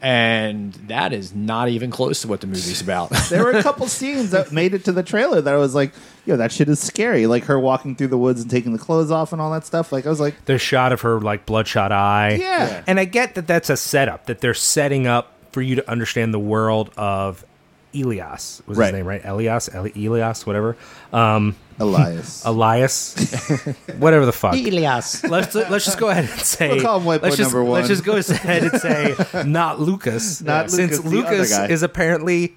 And that is not even close to what the movie's about.
There were a couple scenes that made it to the trailer that I was like, yo, that shit is scary. Like her walking through the woods and taking the clothes off and all that stuff. Like I was like,
the shot of her like bloodshot eye.
Yeah. Yeah.
And I get that that's a setup that they're setting up for you to understand the world of Elias. Was
Right.
his name right? Elias, Eli- Elias, whatever. Um,
Elias.
Elias, whatever the fuck.
Elias.
Let's let's just go ahead and say
We'll call him white boy
let's just,
number one.
Let's just go ahead and say not Lucas.
Not
since
Lucas, the other
Lucas
guy.
is apparently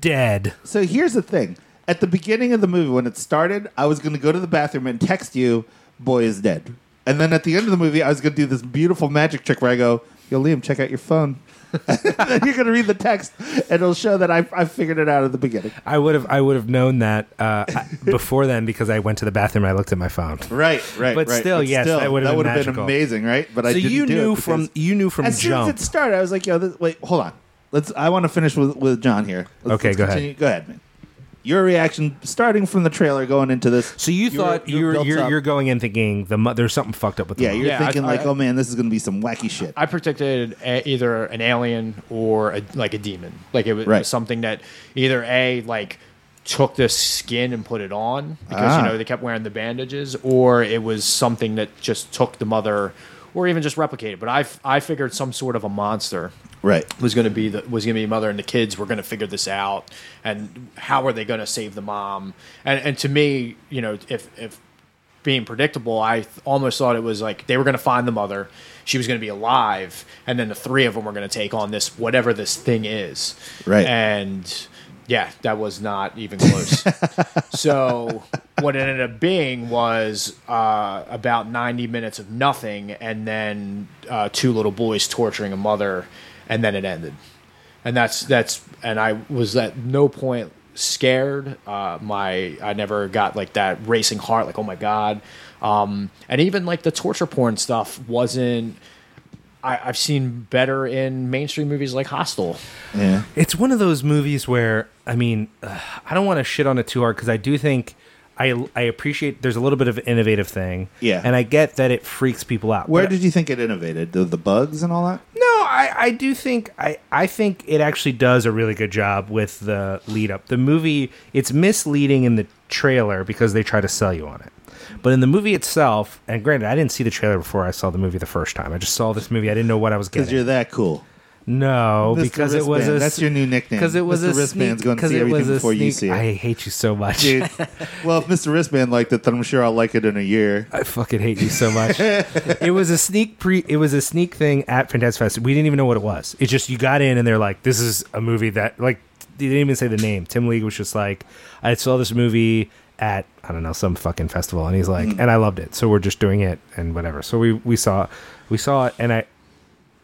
dead.
So here's the thing. At the beginning of the movie, when it started, I was going to go to the bathroom and text you, boy is dead. And then at the end of the movie, I was going to do this beautiful magic trick where I go, yo, Liam, check out your phone. then you're going to read the text, and it'll show that I, I figured it out at the beginning.
I would have I would have known that uh, before then because I went to the bathroom. and I looked at my phone.
Right, right,
But right. still, yes, that would've been magical.
amazing, right? But I
so
didn't
you
do it
knew
because-
from you knew from
as soon
jump.
as it started, I was like, yo, this, wait, hold on. Let's. I want to finish with, with John here. Let's-
Okay,
let's
go ahead.
continue. Go ahead, man. Your reaction, starting from the trailer, going into this.
So you
You're-
thought
you're
you're you're,
built
you're,
up.
going in thinking the mo- there's something fucked up with the
Yeah,
mom.
you're
Yeah, I-
thinking like,
I-
oh man, this is going to be some wacky shit.
I predicted a, either an alien or a, like a demon. Like it was
Right.
something that either a like took the skin and put it on because
Ah.
you know they kept wearing the bandages, or it was something that just took the mother, or even just replicated. But I f- I figured some sort of a monster
right.
was going to be the was going to be mother and the kids were going to figure this out and how are they going to save the mom and and to me you know if if being predictable i th- almost thought it was like they were going to find the mother she was going to be alive and then the three of them were going to take on this whatever this thing is
Right.
and yeah that was not even close so what it ended up being was uh, about 90 minutes of nothing and then uh, two little boys torturing a mother and then it ended and that's that's and i was at no point scared uh, my i never got like that racing heart like oh my god um, and even like the torture porn stuff wasn't I, I've seen better in mainstream movies like Hostel.
Yeah.
It's one of those movies where I mean, uh, I don't want to shit on it too hard because I do think I I appreciate there's a little bit of innovative thing.
Yeah.
and I get that it freaks people out.
Where
but-
did you think it innovated? The, the bugs and all that.
No, I, I do think I, I think it actually does a really good job with the lead up. The movie it's misleading in the trailer because they try to sell you on it. But in the movie itself, and granted, I didn't see the trailer before I saw the movie the first time. I just saw this movie. I didn't know what I was
Because
getting.
you're that cool.
no,
Mr.
because it was
Wristband.
a
That's your new nickname.
Because it was
Mr.
a
Wristband's
sneak-
gonna
'cause
see
it was
everything
a
before you
sneak-
see it.
I hate you so much.
Dude. well, if Mr. Wristband liked it, then I'm sure I'll like it in a year.
I fucking hate you so much. it was a sneak pre. It was a sneak thing at Fantastic Fest. We didn't even know what it was. It's just you got in and they're like, "This is a movie that like they didn't even say the name." Tim League was just like, "I saw this movie at I don't know some fucking festival," and he's like, "And I loved it, so we're just doing it and whatever." So we we saw we saw it, and I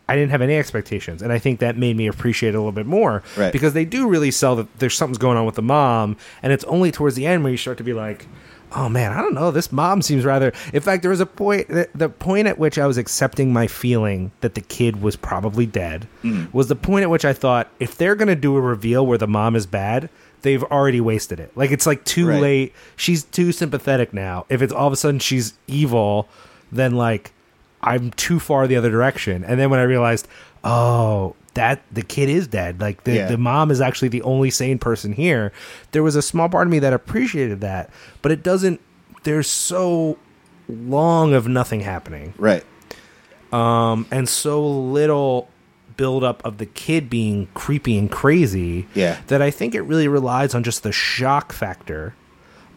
I didn't have any expectations, and I think that made me appreciate it a little bit more
Right.
because they do really sell that there's something's going on with the mom, and it's only towards the end where you start to be like, "Oh man, I don't know. This mom seems rather." In fact, there was a point the, the point at which I was accepting my feeling that the kid was probably dead
Hmm.
was the point at which I thought if they're going to do a reveal where the mom is bad. They've already wasted it. Like it's like too
Right.
late. She's too sympathetic now. If it's all of a sudden she's evil, then like I'm too far the other direction. And then when I realized, oh, that the kid is dead, like the,
Yeah.
the mom is actually the only sane person here, there was a small part of me that appreciated that, but it doesn't, there's so long of nothing happening
Right.
um, and so little buildup of the kid being creepy and crazy
Yeah.
that I think it really relies on just the shock factor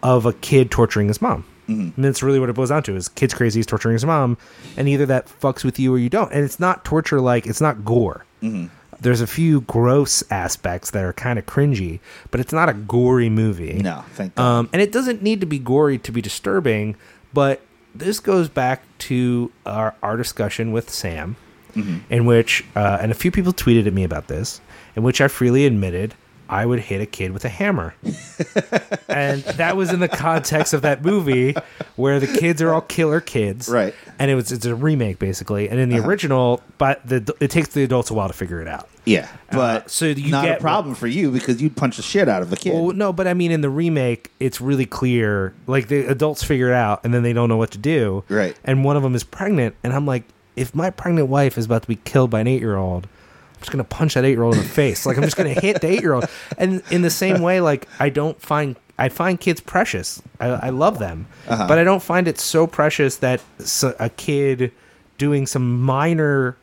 of a kid torturing his mom.
Mm-hmm.
And that's really what it boils down to is kid's crazy, he's torturing his mom, and either that fucks with you or you don't. And it's not torture like it's not gore.
Mm-hmm.
There's a few gross aspects that are kind of cringy, but it's not a gory movie.
No, thank God.
Um, and it doesn't need to be gory to be disturbing, but this goes back to our, our discussion with Sam, in which, uh, and a few people tweeted at me about this, in which I freely admitted I would hit a kid with a hammer. and that was in the context of that movie where the kids are all killer kids.
Right.
And it was it's a remake basically. And in the original, but the it takes the adults a while to figure it out.
yeah, but
uh, so you
not
get- Oh,
a problem for you because you'd punch the shit out of the kid.
Well, no, but I mean, in the remake, it's really clear. Like the adults figure it out, and then they don't know what to do.
Right.
And one of them is pregnant, and I'm like, if my pregnant wife is about to be killed by an eight year old, I'm just gonna punch that eight year old in the face. Like I'm just gonna hit the eight year old. And in the same way, like I don't find I find kids precious. I, I love them, but I don't find it so precious that s- a kid doing some minor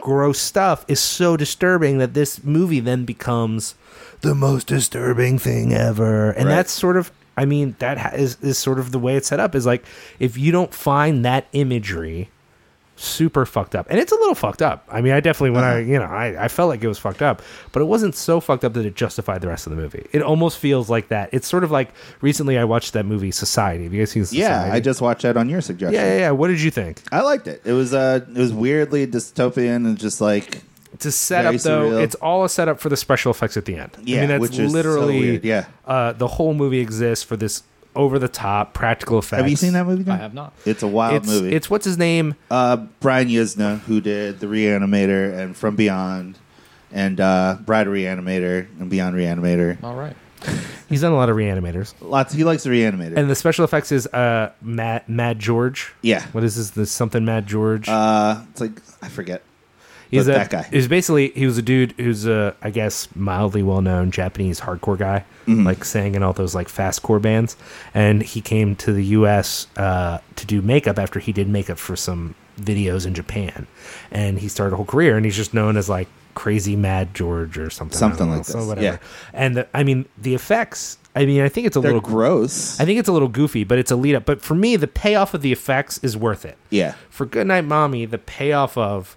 gross stuff is so disturbing that this movie then becomes the most disturbing thing ever. And
Right.
that's sort of I mean that ha- is is sort of the way it's set up is like if you don't find that imagery super fucked up. And it's a little fucked up. I mean, I definitely when
Uh-huh.
I, you know, I I felt like it was fucked up, but it wasn't so fucked up that it justified the rest of the movie. It almost feels like that. It's sort of like recently I watched that movie Society. Have you guys seen Society?
yeah, I just watched that on your suggestion.
Yeah, yeah, yeah. What did you think?
I liked it. It was uh, it was weirdly dystopian and just like
to set
Very
up though
surreal.
it's all a setup for the special effects at the end i
Yeah,
mean that's
which is so
literally
weird, yeah.
uh, the whole movie exists for this over-the-top practical effects
Have you seen that movie? Dan?
I have not.
It's a wild
it's,
movie.
it's what's his name
uh, Brian Yuzna, who did The Reanimator and From Beyond, and uh, Bride of Reanimator and Beyond Reanimator.
All right.
he's done a lot of reanimators
Lots. He likes The Reanimator.
and the special effects is uh mad mad george
Yeah.
what is this the something mad george
uh, it's like I forget.
he's
but
a-
that guy.
he's basically he was a dude who's a i guess mildly well-known japanese hardcore guy
Mm-hmm.
like sang in all those like fastcore bands and he came to the us uh, to do makeup after he did makeup for some videos in japan and he started a whole career and he's just known as like crazy mad george or something I don't
Something
know,
like
so
this,
whatever.
yeah.
and the, i mean the effects i mean i think it's a
They're
little
gross.
I think it's a little goofy, but it's a lead up. But for me, the payoff of the effects is worth it.
Yeah.
For Goodnight Mommy, the payoff of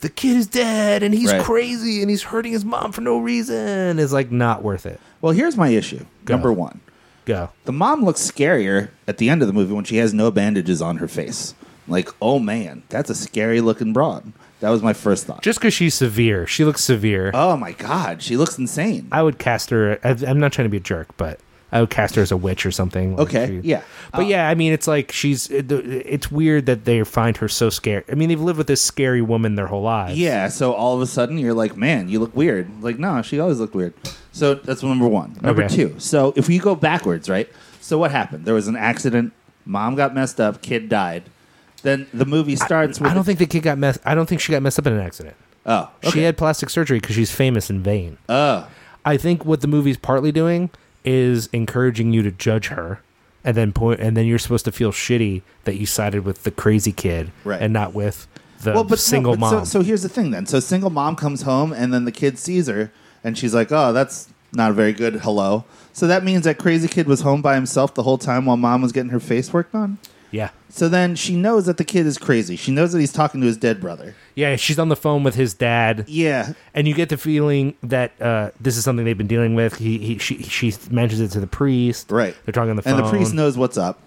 the kid is dead and he's
Right.
crazy and he's hurting his mom for no reason is like not worth it.
well, here's my issue. Number one,
Go.
the mom looks scarier at the end of the movie when she has no bandages on her face. Like, oh man, that's a scary looking broad. That was my first thought.
Just because she's severe, she looks severe.
oh my god, she looks insane.
I would cast her. I- I'm not trying to be a jerk, but I would cast her as a witch or something. Like
Okay, yeah. Uh,
But yeah, I mean, it's like she's. it- It's weird that they find her so scary. I mean, they've lived with this scary woman their whole lives.
Yeah, so all of a sudden you're like, man, you look weird. Like, no, she always looked weird. So that's number one. Number
Okay.
two. So if we go backwards, right? So what happened? There was an accident. Mom got messed up. Kid died. Then the movie starts with.
I don't think the kid got messed. I don't think she got messed up in an accident.
oh,
She
okay.
had plastic surgery because she's famous and vain.
oh,
I think what the movie's partly doing is encouraging you to judge her, and then point, and then you're supposed to feel shitty that you sided with the crazy kid
Right.
and not with the
well, but
single
no, but so-
mom.
So, here's the thing then. So single mom comes home, and then the kid sees her, and she's like, oh, that's not a very good hello. So that means that crazy kid was home by himself the whole time while mom was getting her face worked on.
yeah,
So then she knows that the kid is crazy. She knows that he's talking to his dead brother.
yeah, she's on the phone with his dad.
Yeah,
And you get the feeling that uh, this is something they've been dealing with. He, he she, she mentions it to the priest.
Right.
They're talking on the phone.
and the priest knows what's up,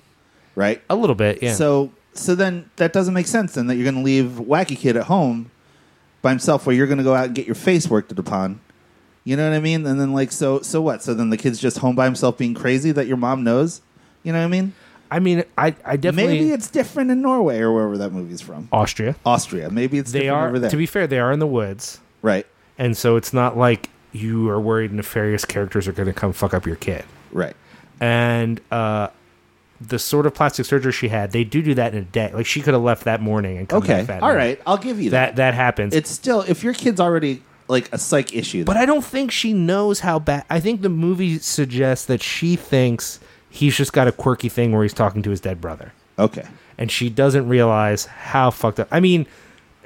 right?
a little bit. Yeah.
So so then that doesn't make sense then that you're going to leave wacky kid at home by himself where you're going to go out and get your face worked upon. You know what I mean? And then like so so what? So then the kid's just home by himself being crazy that your mom knows. You know what I mean?
I mean, I, I definitely
Maybe it's different in Norway or wherever that movie's from.
Austria.
Austria. Maybe it's
They
different
are
over there.
to be fair, they are in the woods,
right.
and so it's not like you are worried nefarious characters are going to come fuck up your kid.
Right.
and uh, the sort of plastic surgery she had, they do do that in a day. Like she could have left that morning and come
Okay.
back that
All
night.
right. I'll give you that.
That that happens.
It's still if your kid's already like a psych issue.
but I don't think she knows how bad. I think the movie suggests that she thinks he's just got a quirky thing where he's talking to his dead brother,
okay.
and she doesn't realize how fucked up. I mean,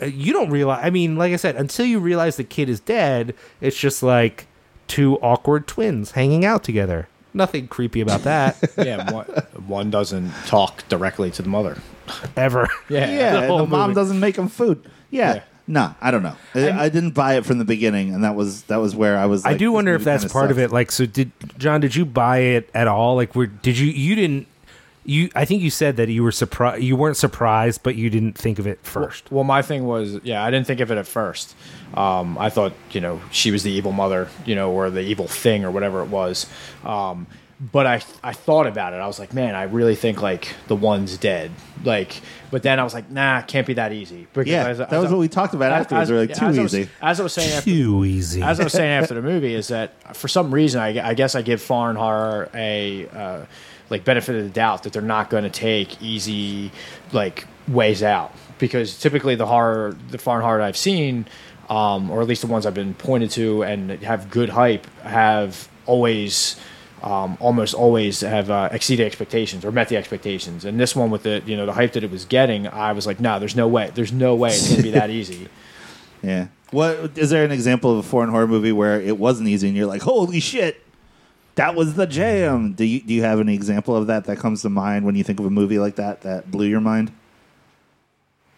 uh, you don't realize. I mean, like I said, until you realize the kid is dead, it's just like two awkward twins hanging out together. Nothing creepy about that
yeah, one, one doesn't talk directly to the mother.
ever.
Yeah,
Yeah,
The
the,
whole
mom
movie.
doesn't make him food. Yeah.
Yeah.
Nah, I don't know. I, I didn't buy it from the beginning, and that was that was where I was.
I
like,
do
this
wonder if
movie
that's
kinda
part of
sucks.
it. Like, so did John? Did you buy it at all? Like, were did you? You didn't. You. I think you said that you were surprised. You weren't surprised, but you didn't think of it first.
Well, my thing was, yeah, I didn't think of it at first. Um, I thought, you know, she was the evil mother, you know, or the evil thing, or whatever it was. Um, but I, I thought about it. I was like, man, I really think like the one's dead. Like, but then I was like, nah, can't be that easy. Because
Yeah,
as-
that
as-
was what we talked about
as-
afterwards.
as-
We were like,
yeah,
too
as I was-
easy.
as I was saying, after,
Too easy.
as I was saying after the movie, is that for some reason, I, I guess I give foreign horror a uh, like benefit of the doubt that they're not going to take easy like ways out because typically the horror, the foreign horror I've seen, um, or at least the ones I've been pointed to and have good hype, have always. Um, almost always have uh, exceeded expectations or met the expectations, and this one with the you know the hype that it was getting, I was like, nah, there's no way, there's no way it's gonna be that easy.
Yeah. What is there an example of a foreign horror movie where it wasn't easy and you're like, holy shit, that was the jam? Do you do you have any example of that that comes to mind when you think of a movie like that that blew your mind?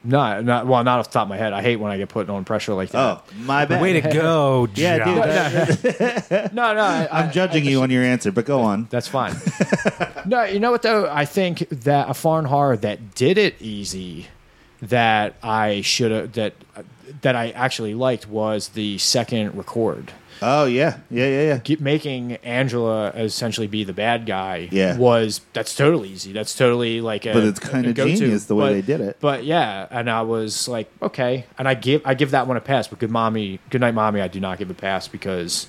No, not well, not off the top of my head. I hate when I get put on pressure like that.
Oh, my bad.
Way to go,
yeah,
John.
dude. that-
No, no, I,
I'm judging you on your answer, but go on.
that's fine. no, you know what though? I think that a foreign horror that did it easy, that I should have that that I actually liked was the second record.
Oh yeah, yeah, yeah, yeah.
Get, making Angela essentially be the bad guy
Yeah.
was that's totally easy. That's totally like a
But it's kinda
a go-to.
genius the way
But-
they did it.
But yeah, and I was like, okay, and I give I give that one a pass. But good mommy, good night, mommy. I do not give a pass because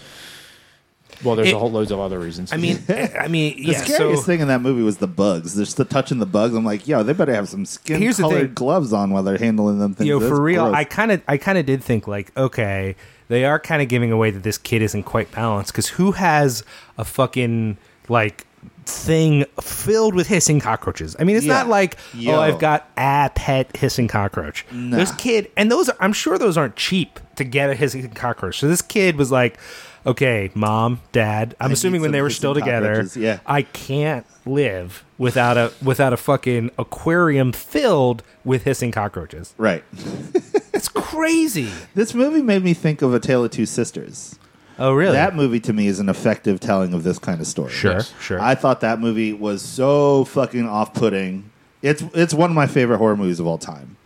well, there's
It-
a whole loads of other reasons.
I mean, I mean,
The
yeah.
scariest
So
thing in that movie was the bugs. Just the touching the bugs. I'm like, yo, they better have some skin
Here's the
colored
thing.
gloves on while they're handling them things.
yo,
That's
for real,
gross.
I kind of, I kind of did think like, okay, they are kind of giving away that this kid isn't quite balanced because who has a fucking like thing filled with hissing cockroaches? I mean, it's
Yeah.
not like
Yo.
oh, I've got a pet hissing cockroach. This kid, and those, are, I'm sure those aren't cheap to get a hissing cockroach. So this kid was like, okay, mom, dad. I'm
need
assuming when
some
they were
hissing
still together,
cockroaches, yeah.
I can't live without a without a fucking aquarium filled with hissing cockroaches.
right.
It's crazy.
This movie made me think of A Tale of Two Sisters.
Oh, really?
That movie to me is an effective telling of this kind of story.
Sure, Yes. sure.
I thought that movie was so fucking off-putting. It's it's one of my favorite horror movies of all time.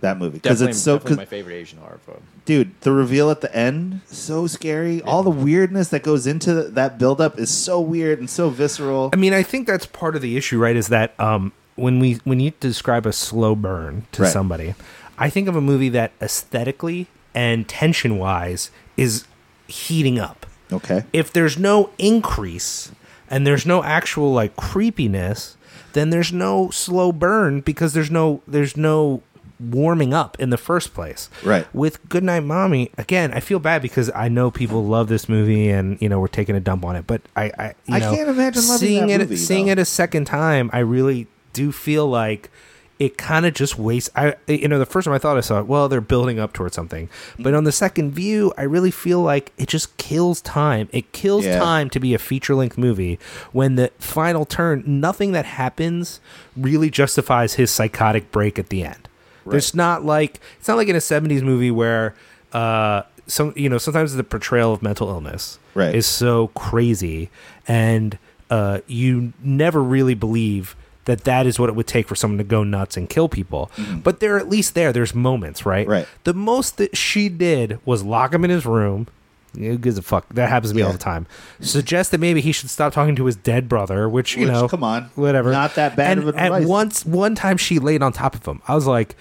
That movie because
definitely,
it's so
definitely
'cause-
my favorite Asian horror film.
dude the reveal at the end so scary. All the weirdness that goes into that buildup is so weird and so visceral.
I mean, I think that's part of the issue, right? Is that um, when we when you describe a slow burn to
Right.
somebody, I think of a movie that aesthetically and tension wise is heating up.
okay,
If there's no increase and there's no actual like creepiness, then there's no slow burn because there's no there's no warming up in the first place.
Right.
With Goodnight Mommy, again, I feel bad because I know people love this movie and you know we're taking a dump on it, but I I, you
I
know,
can't imagine loving
seeing
that
it
movie,
seeing
though.
it a second time. I really do feel like it kind of just wastes. I you know the first time I thought I saw it, well they're building up towards something, but on the second view, I really feel like it just kills time. It kills
Yeah.
time to be a feature length movie when the final turn, nothing that happens really justifies his psychotic break at the end. There's not like it's not like in a '70s movie where uh, some you know sometimes the portrayal of mental illness
Right.
is so crazy, and uh, you never really believe that that is what it would take for someone to go nuts and kill people. But they're at least there. There's moments, right?
Mm-hmm. Right.
The most that she did was lock him in his room. Who gives a fuck? That happens to me all
Yeah.
the time. Suggest that maybe he should stop talking to his dead brother, which you
Which,
know,
come on,
whatever.
not that bad
And
of
at
advice.
once, one time she laid on top of him. I was like,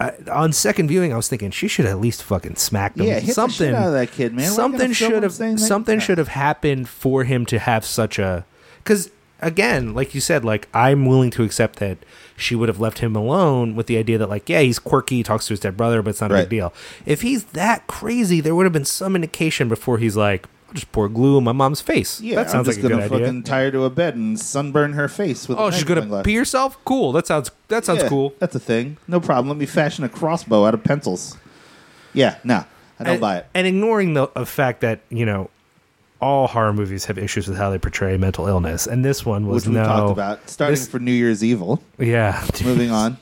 I, on second viewing, I was thinking she should at least fucking smacked him.
Yeah, hit the
something
shit out of that kid, man. Why you gotta
Something
film
should
him
have
saying that?
something
Yeah.
should have happened for him to have such a because again, like you said, like I'm willing to accept that she would have left him alone with the idea that like yeah, he's quirky, he talks to his dead brother, but it's not a big
Right.
deal. If he's that crazy, there would have been some indication before he's like. I'll just pour glue on my mom's face.
Yeah,
that
I'm
sounds
just
like a good
gonna
idea.
fucking tie her to a bed and sunburn her face with.
Oh,
a
she's
magnifying
gonna
glass.
pee herself. Cool. That sounds that sounds
Yeah,
cool.
That's a thing. No problem. Let me fashion a crossbow out of pencils. Yeah, no, I don't
and,
buy it.
And ignoring the uh, fact that you know all horror movies have issues with how they portray mental illness, and this one was
Which we
no.
talked about, starting
this-
for New Year's Evil.
Yeah,
Moving on.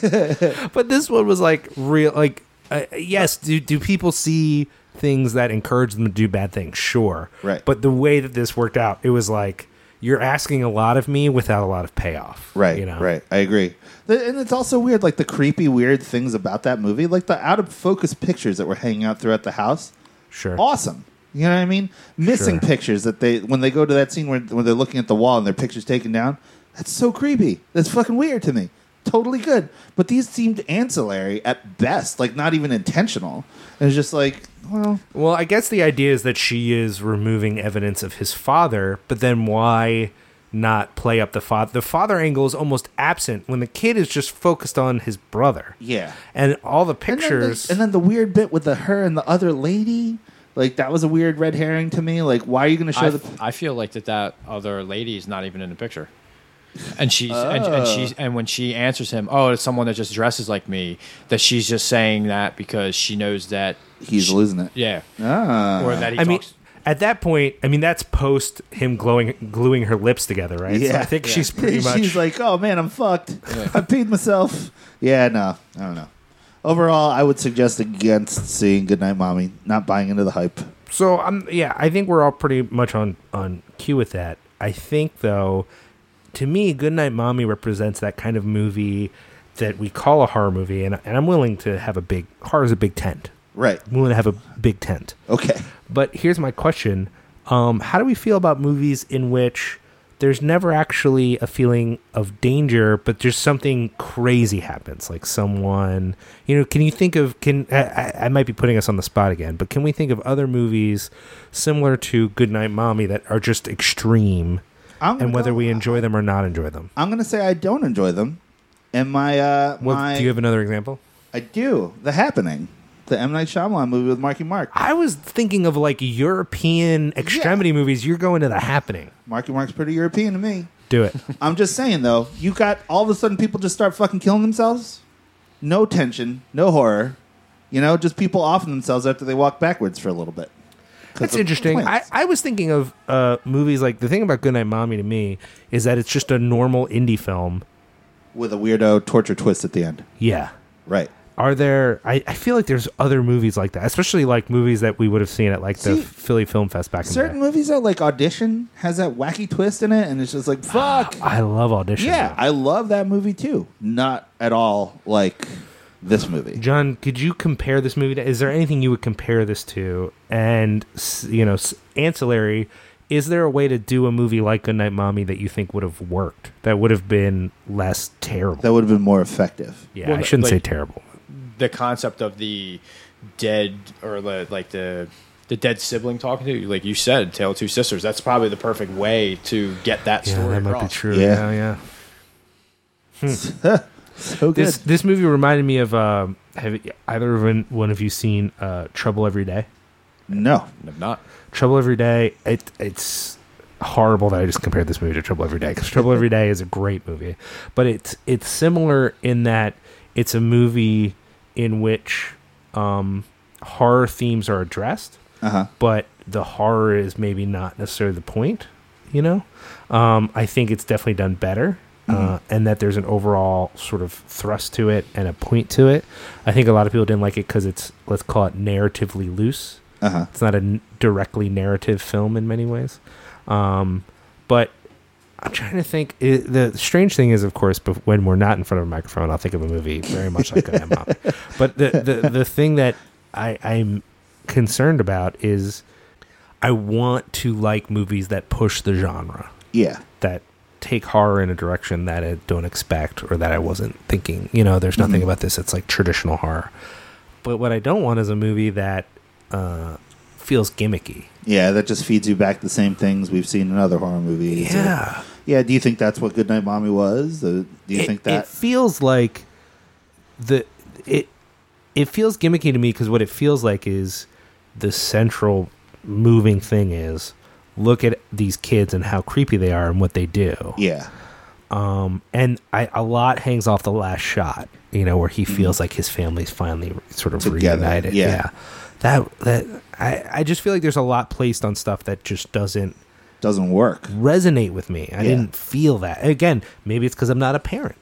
but this one was like real. Like uh, yes, do do people see things that encourage them to do bad things? Sure.
Right.
But the way that this worked out, it was like you're asking a lot of me without a lot of payoff.
Right,
You know.
right. I agree. The, and it's also weird, like the creepy, weird things about that movie, like the out of focus pictures that were hanging out throughout the house.
Sure.
Awesome. You know what I mean? Missing
Sure.
pictures that they when they go to that scene where when they're looking at the wall and their pictures taken down. That's so creepy. That's fucking weird to me. Totally good, but these seemed ancillary at best, like not even intentional. And it's just like, well,
Well, I guess the idea is that she is removing evidence of his father, but then why not play up the father? The father angle is almost absent when the kid is just focused on his brother.
yeah.
And all the
And then,
pictures.
the, and then the weird bit with the her and the other lady, like that was a weird red herring to me. Like, why are you going to show
I,
the?
I feel like that that other lady is not even in the picture. And she's and,
Oh.
and she's and when she answers him, oh, it's someone that just dresses like me. That she's just saying that because she knows that
He's
she-
losing it.
Yeah,
Ah.
or that he
I mean,
talks.
at that point, I mean, that's post him glowing, gluing her lips together, right? So I think
yeah.
she's pretty much.
She's like, oh man, I'm fucked. I peed myself. Yeah, no, I don't know. Overall, I would suggest against seeing Goodnight Mommy. Not buying into the hype.
So I'm yeah, I think we're all pretty much on on cue with that. I think though, to me, Goodnight Mommy represents that kind of movie that we call a horror movie, and and I'm willing to have a big horror is a big tent.
Right.
I'm willing to have a big tent.
Okay.
But here's my question: um, How do we feel about movies in which there's never actually a feeling of danger, but there's something crazy happens, like someone, you know? Can you think of? Can I, I, I might be putting us on the spot again, but can we think of other movies similar to Goodnight Mommy that are just extreme,
I'm gonna
and whether
go-
we enjoy them or not enjoy them?
I'm gonna say I don't enjoy them. And my uh,
What,
my
do you have another example?
I do the happening, the M Night Shyamalan movie with Marky Mark.
I was thinking of like European extremity movies. You're going to the happening.
Marky Mark's pretty European to me.
Do it.
I'm just saying though, you got all of a sudden people just start fucking killing themselves. No tension, no horror. You know, just people offing themselves after they walk backwards for a little bit. 'Cause
That's
of
interesting. I,
plants.
I was thinking of uh, movies like the thing about Goodnight Mommy to me is that it's just a normal indie film.
with a weirdo torture twist at the end.
Yeah.
Right.
Are there? I, I feel like there's other movies like that, especially like movies that we would have seen at like the
See,
Philly Film Fest back in
Certain
the day.
movies that like audition has that wacky twist in it, and it's just like fuck.
I love audition.
yeah, I love that movie too. Not at all like this movie.
John, could you compare this movie to? Is there anything you would compare this to? And s- you know, s- ancillary. Is there a way to do a movie like Goodnight Mommy that you think would have worked? That would have been less terrible.
That would have been more effective.
yeah,
Well,
I shouldn't say
like-
terrible.
the concept of the dead or the, like the the dead sibling talking to you, like you said, Tale of Two Sisters. That's probably the perfect way to get that
Yeah,
story
that might
across.
be true.
Yeah.
yeah. yeah.
So good.
This this movie reminded me of um, have either of an- one of you seen uh, Trouble Every Day?
no.
And if not,
Trouble Every Day. It it's horrible that I just compared this movie to Trouble Every Day because Trouble Every Day is a great movie, but it's it's similar in that it's a movie in which um, horror themes are addressed,
Uh huh.
but the horror is maybe not necessarily the point. You know, um, I think it's definitely done better, uh, and that there's an overall sort of thrust to it and a point to it. I think a lot of people didn't like it because it's let's call it narratively loose.
Uh huh.
It's not a n- directly narrative film in many ways, um, but I'm trying to think. It, the strange thing is, of course, bef- when we're not in front of a microphone, I'll think of a movie very much like I am now. But the, the, the thing that I, I'm concerned about is I want to like movies that push the genre,
Yeah.
that take horror in a direction that I don't expect or that I wasn't thinking. You know, there's nothing about this. It's like traditional horror. But what I don't want is a movie that uh, feels gimmicky.
Yeah, that just feeds you back the same things we've seen in other horror movies. Yeah, do you think that's what Goodnight Mommy was? Uh, do you
it,
think
it
that
feels like the it it feels gimmicky to me because what it feels like is the central moving thing is look at these kids and how creepy they are and what they do
Yeah.
um and i a lot hangs off the last shot you know where he feels like his family's finally sort of
Together,
reunited
yeah.
that that i i just feel like there's a lot placed on stuff that just doesn't
Doesn't work.
resonate with me. I
Yeah.
didn't feel that. Again, maybe it's because I'm not a parent.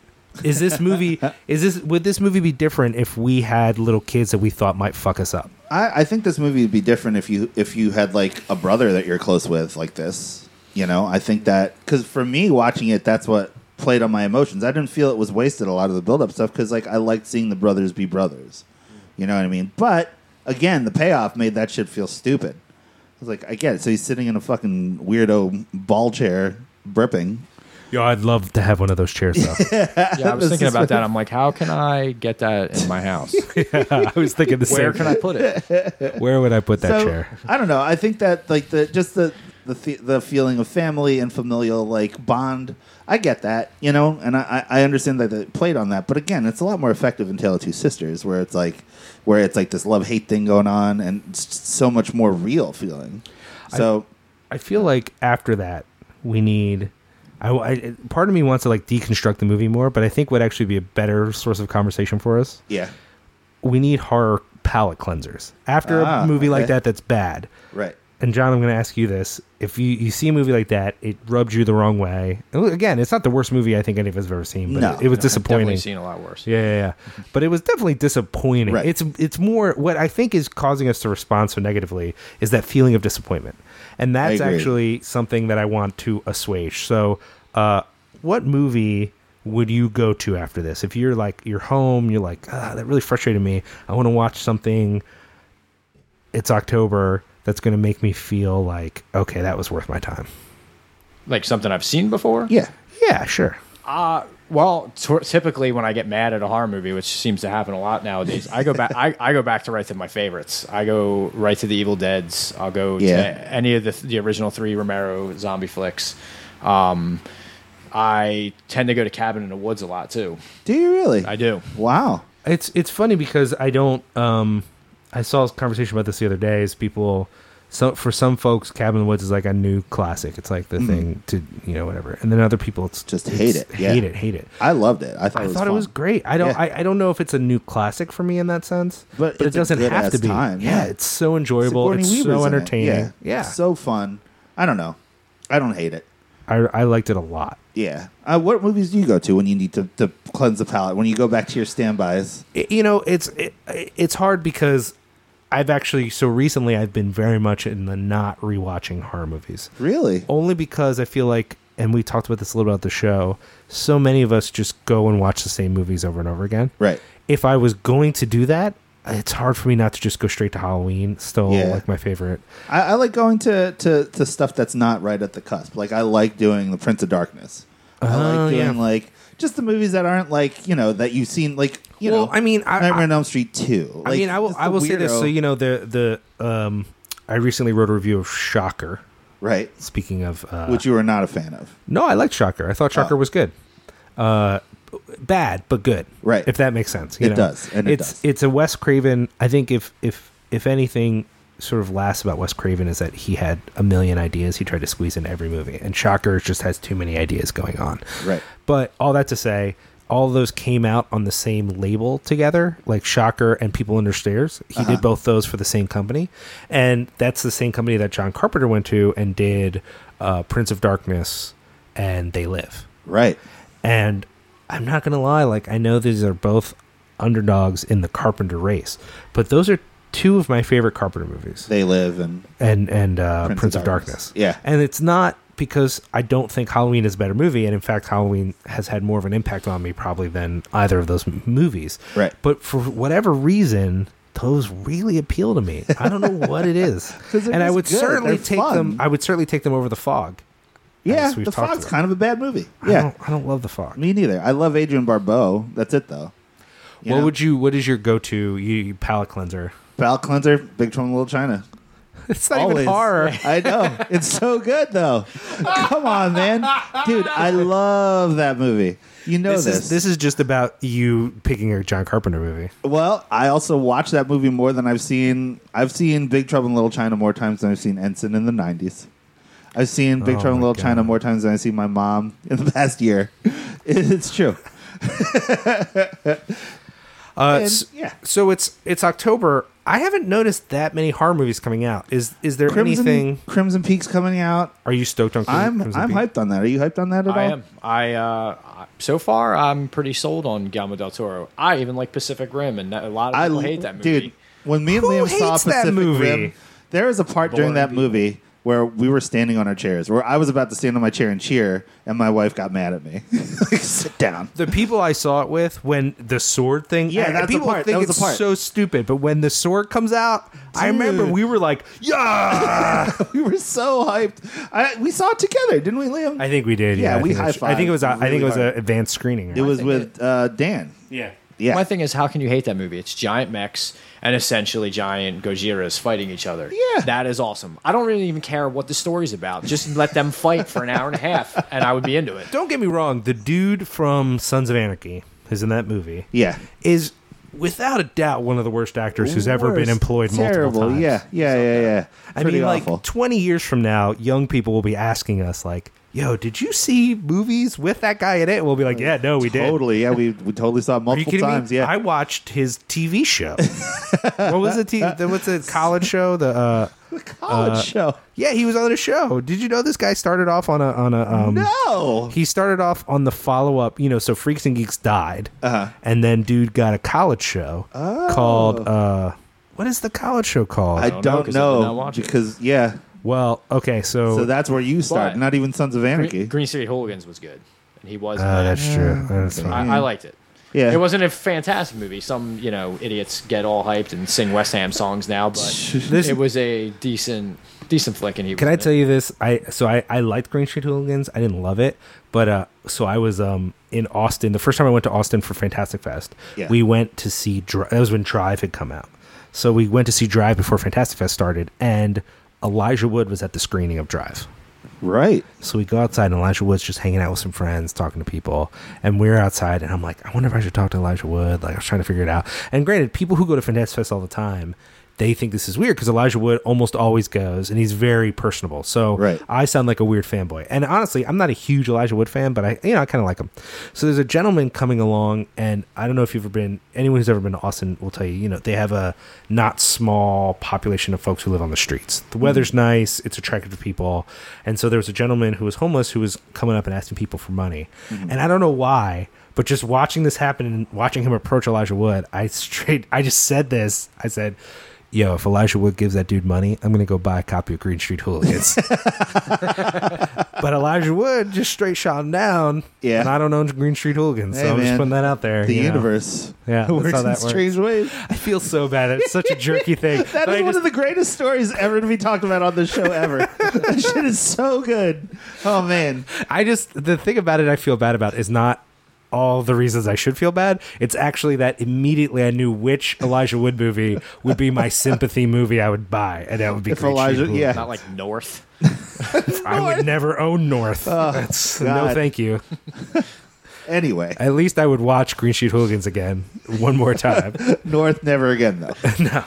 Is this movie? is this would this movie be different if we had little kids that we thought might fuck us up?
I, I think this movie would be different if you if you had like a brother that you're close with like this. You know, I think that because for me watching it, that's what played on my emotions. I didn't feel it was wasted a lot of the build up stuff because like I liked seeing the brothers be brothers. You know what I mean? But again, the payoff made that shit feel stupid. I was like, I get it. So he's sitting in a fucking weirdo ball chair, burping.
Yo, I'd love to have one of those chairs. Though.
Yeah, I was
This
thinking
is
about that. I'm like, how can I get that in my house?
I was thinking the
Where
same.
can I put it?
Where would I put that chair?
I don't know. I think that like the just the the fe- the feeling of family and familial like bond. I get that, you know, and I I I understand that it played on that. But again, it's a lot more effective in Tale of Two Sisters, where it's like where it's like this love hate thing going on, and it's just so much more real feeling. So
I feel like after that, we need. I, I- part of me wants to like deconstruct the movie more, but I think would actually be a better source of conversation for us.
yeah,
We need horror palate cleansers after
Ah,
a movie like
okay.
that that's bad.
right.
and John, I'm going to ask you this: If you, you see a movie like that, it rubbed you the wrong way. And look, Again, it's not the worst movie I think any of us have ever seen, but
No.
it, it was
Definitely
disappointing.
seen a lot worse.
Yeah, yeah, yeah. But it was definitely disappointing.
Right.
It's it's more what I think is causing us to respond so negatively is that feeling of disappointment, and that's
agree.
actually something that I want to assuage. So, uh, what movie would you go to after this? If you're like you're home, you're like ah, that really frustrated me. I want to watch something. It's October. That's going to make me feel like okay, that was worth my time.
Like something I've seen before.
Yeah,
Yeah, sure.
Uh, well, t- typically when I get mad at a horror movie, which seems to happen a lot nowadays, I go back. I, I go back to right to my favorites. I go right to the Evil Dead's. I'll go
Yeah.
to any of the the original three Romero zombie flicks. Um, I tend to go to Cabin in the Woods a lot too.
do you really?
I do.
Wow.
It's it's funny because I don't. Um, I saw a conversation about this the other day. Is people, so for some folks, Cabin in the Woods is like a new classic. It's like the thing to you know whatever, and then other people, it's
Mm-hmm. Just
it's-
hate it, yeah.
hate it, hate it.
I loved it. I thought
I
it was
thought it
fun.
was great. I don't.
Yeah.
I, I don't know if it's a new classic for me in that sense,
But
but it
it's a
doesn't
good
have
ass
to be.
time,
yeah.
yeah.
it's so enjoyable.
Sigourney
It's
Weaver's
so
in it.
entertaining. Yeah,
so fun. I don't know. I don't hate it.
I I liked it a lot.
Yeah. Uh, what movies do you go to when you need to, to cleanse the palate? When you go back to your standbys?
it- you know it's it, it's hard because I've actually so recently I've been very much in the not rewatching horror movies.
Really?
Only because I feel like and we talked about this a little bit at the show, so many of us just go and watch the same movies over and over again.
Right.
If I was going to do that, it's hard for me not to just go straight to Halloween, still
Yeah.
like my favorite.
I, I like going to, to, to stuff that's not right at the cusp. Like I like doing The Prince of Darkness. I
Oh,
like doing
yeah.
like just the movies that aren't like you know that you've seen like you
Well,
know.
I mean, I-
Nightmare
I-
on Elm Street two.
I mean, I will
just the
I will say this
weirdo-
so you know the the um I recently wrote a review of Shocker.
right,
Speaking of uh,
which you were not a fan of.
No, I liked Shocker. I thought Shocker
Oh.
was good. Uh, b- bad but good.
Right.
If that makes sense. you
It
know?
does, and it
it's
does.
it's a Wes Craven. I think if if if anything sort of lasts about Wes Craven is that he had a million ideas he tried to squeeze into every movie, and Shocker just has too many ideas going on.
Right.
But all that to say. All those came out on the same label together, like Shocker and People Under Stairs. He did both those for the same company, and that's the same company that John Carpenter went to and did uh, Prince of Darkness and They Live.
Right.
And I'm not going to lie, like, I know these are both underdogs in the Carpenter race, but those are two of my favorite Carpenter movies
They live and
and, and uh, Prince, of Darkness.
Yeah.
And it's not because I don't think Halloween is a better movie, and in fact, Halloween has had more of an impact on me probably than either of those m- movies.
Right.
But for whatever reason, those really appeal to me. I don't know what it is,
'Cause they're
and I
just
would
good.
certainly
They're
take them.
fun.
I would certainly take them over the fog.
Yeah,
As we've
The
talked
Fog's
about.
kind of a bad movie.
I
Yeah,
don't, I don't love the fog.
me neither. I love Adrian Barbeau. That's it though.
What
know?
would you? What is your go-to you, palate cleanser?
Palate cleanser, Big Trouble in Little China.
It's not
Always.
even horror.
I know. It's so good though. Come on, man, dude. I love that movie. You know
This
this.
is this is just about you picking a John Carpenter movie.
Well, I also watched that movie more than I've seen. I've seen Big Trouble in Little China more times than I've seen Ensign in the '90s. I've seen Big
Oh
Trouble in
my
Little
God.
China more times than I've seen my mom in the past year. It's true.
Uh,
And,
s-
yeah.
So it's it's October. I haven't noticed that many horror movies coming out. Is is there anything?
Crimson Peak's coming out.
Are you stoked on? Crim-
I'm
Crimson
I'm
Peak?
hyped on that. Are you hyped on that at all?
I am. I uh, I- so far I'm pretty sold on Guillermo del Toro. I even like Pacific Rim, and that- a lot of people
l-
hate that movie.
Dude, when me and
Who
Liam saw
hates that
Pacific
movie?
Rim, there was a part during
Boring
that
people.
movie where we were standing on our chairs, where I was about to stand on my chair and cheer, and my wife got mad at me. like, sit down.
The people I saw it with when the sword thing.
Yeah,
I-
that's the
people
part.
think
That was
it's
the part.
so stupid. But when the sword comes out, I remember
Dude.
we were like, "Yeah!"
We were so hyped. I, we saw it together, didn't we, Liam?
I think we did.
Yeah,
Yeah, I
we
think it was- I think it was. a- I
high-fived
think it was
really
an
hard.
advanced screening.
it
right?
was
think
with uh, Dan.
Yeah.
Yeah.
My thing is, how can you hate that movie? It's giant mechs and essentially giant Gojiras fighting each other.
Yeah.
That is awesome. I don't really even care what the story's about. Just let them fight for an hour and a half, and I would be into it.
Don't get me wrong. The dude from Sons of Anarchy is in that movie.
yeah.
Is without a doubt one of the worst actors who's ever been
Worst.
employed
Terrible.
multiple times.
Yeah, yeah, yeah, yeah.
I
Pretty
mean,
awful.
like 20 years from now, young people will be asking us, like, yo, did you see movies with that guy in it? And we'll be like, yeah, no, we did.
totally. Yeah, we, we totally saw it
Are you
multiple
kidding
times.
me?
Yeah.
I watched his TV show. what was the, t- the what's the college show? The uh,
College show.
yeah, he was on a show. Did you know this guy started off on a on a um,
No.
He started off on the follow up, you know. So Freaks and Geeks died,
Uh-huh. Uh,
and then dude got a college show called uh, what is the college show called?
Oh. I
don't know,
don't
'cause I did not
know
watch it.
because yeah.
well, okay, so,
So that's where you start.
But-
not even Sons of
Gre-
Anarchy.
Green, City Hooligans was good, and he was. in
Oh,
that.
that's true. That's fine.
I, I liked it.
Yeah.
It wasn't a fantastic movie. Some, you know, idiots get all hyped and sing West Ham songs now, but it was a decent decent flick and he
Can
was
I
in
tell
it.
you this? I so I, I liked Green Street Hooligans. I didn't love it, but uh, so I was um in Austin the first time I went to Austin for Fantastic Fest.
Yeah.
We went to see Dri- that was when Drive had come out, so we went to see Drive before Fantastic Fest started, and Elijah Wood was at the screening of Drive.
right.
So we go outside, and Elijah Wood's just hanging out with some friends, talking to people. And we're outside, and I'm like, I wonder if I should talk to Elijah Wood. Like, I was trying to figure it out. And granted, people who go to Fantastic Fest all the time, they think this is weird because Elijah Wood almost always goes, and he's very personable. So
Right.
I sound like a weird fanboy. And honestly, I'm not a huge Elijah Wood fan, but I, you know, I kind of like him. So there's a gentleman coming along, and I don't know if you've ever been. Anyone who's ever been to Austin will tell you, you know, they have a not small population of folks who live on the streets. The weather's nice; it's attractive to people. And so there was a gentleman who was homeless who was coming up and asking people for money, and I don't know why. But just watching this happen and watching him approach Elijah Wood, I straight, I just said this. I said, "Yo, if Elijah Wood gives that dude money, I'm gonna go buy a copy of Green Street Hooligans." But Elijah Wood just straight shot him down.
Yeah.
And I don't own Green Street Hooligans, so
Hey,
I'm just
man.
putting that out there.
The
you know.
universe.
Yeah, that's
works
how
in
that works.
strange ways.
I feel so bad. It's such a jerky thing.
That
But
is
I
one
just-
of the greatest stories ever to be talked about on this show ever. that shit is so good. Oh man.
I just the thing about it I feel bad about is not all the reasons I should feel bad. It's actually that immediately I knew which Elijah Wood movie would be my sympathy movie I would buy, and that would be
If
Green Street
Elijah-
Hooligans.
yeah.
not like North.
I would never own North. That's- no,
Oh, God.
thank you.
Anyway,
At least I would watch Green Street Hooligans again one more time.
North never again though.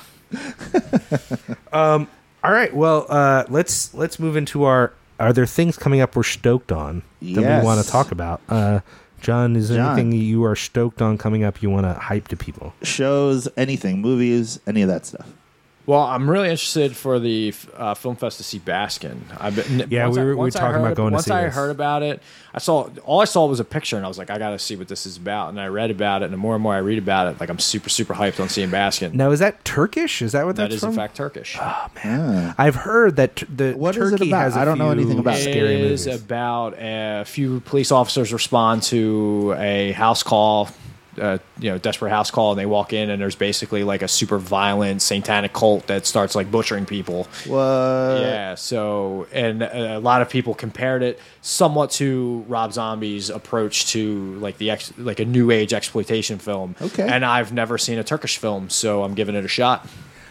All right. Well, uh, let's let's move into our. Are there things coming up we're stoked on that
Yes.
we want to talk about? Uh, John, is there
John.
anything you are stoked on coming up you want to hype to people?
Shows anything, movies, any of that stuff.
Well, I'm really interested for the uh, film fest to see Baskin. I've been,
Yeah,
once
we
I-
were- we were
once I
talking about
heard-
going to
Once
see
I
this.
heard about it, I saw all I saw was a picture, and I was like, I got to see what this is about. And I read about it, and the more and more I read about it, like I'm super super hyped on seeing Baskin.
Now is that Turkish? Is that what
that
that's
is
from? Ah,
in fact Turkish.
Ah,
I've heard that t- the
What is it
Turkey
about?
has. I
I don't know anything about it.
scary
it
movies.
is about uh, a few police officers respond to a house call, uh, you know, desperate house call, and they walk in, and there's basically like a super violent satanic cult that starts like butchering people.
What?
yeah, so and uh, a lot of people compared it somewhat to Rob Zombie's approach to like the ex, like a new age exploitation film.
Okay.
and I've never seen a Turkish film, so I'm giving it a shot.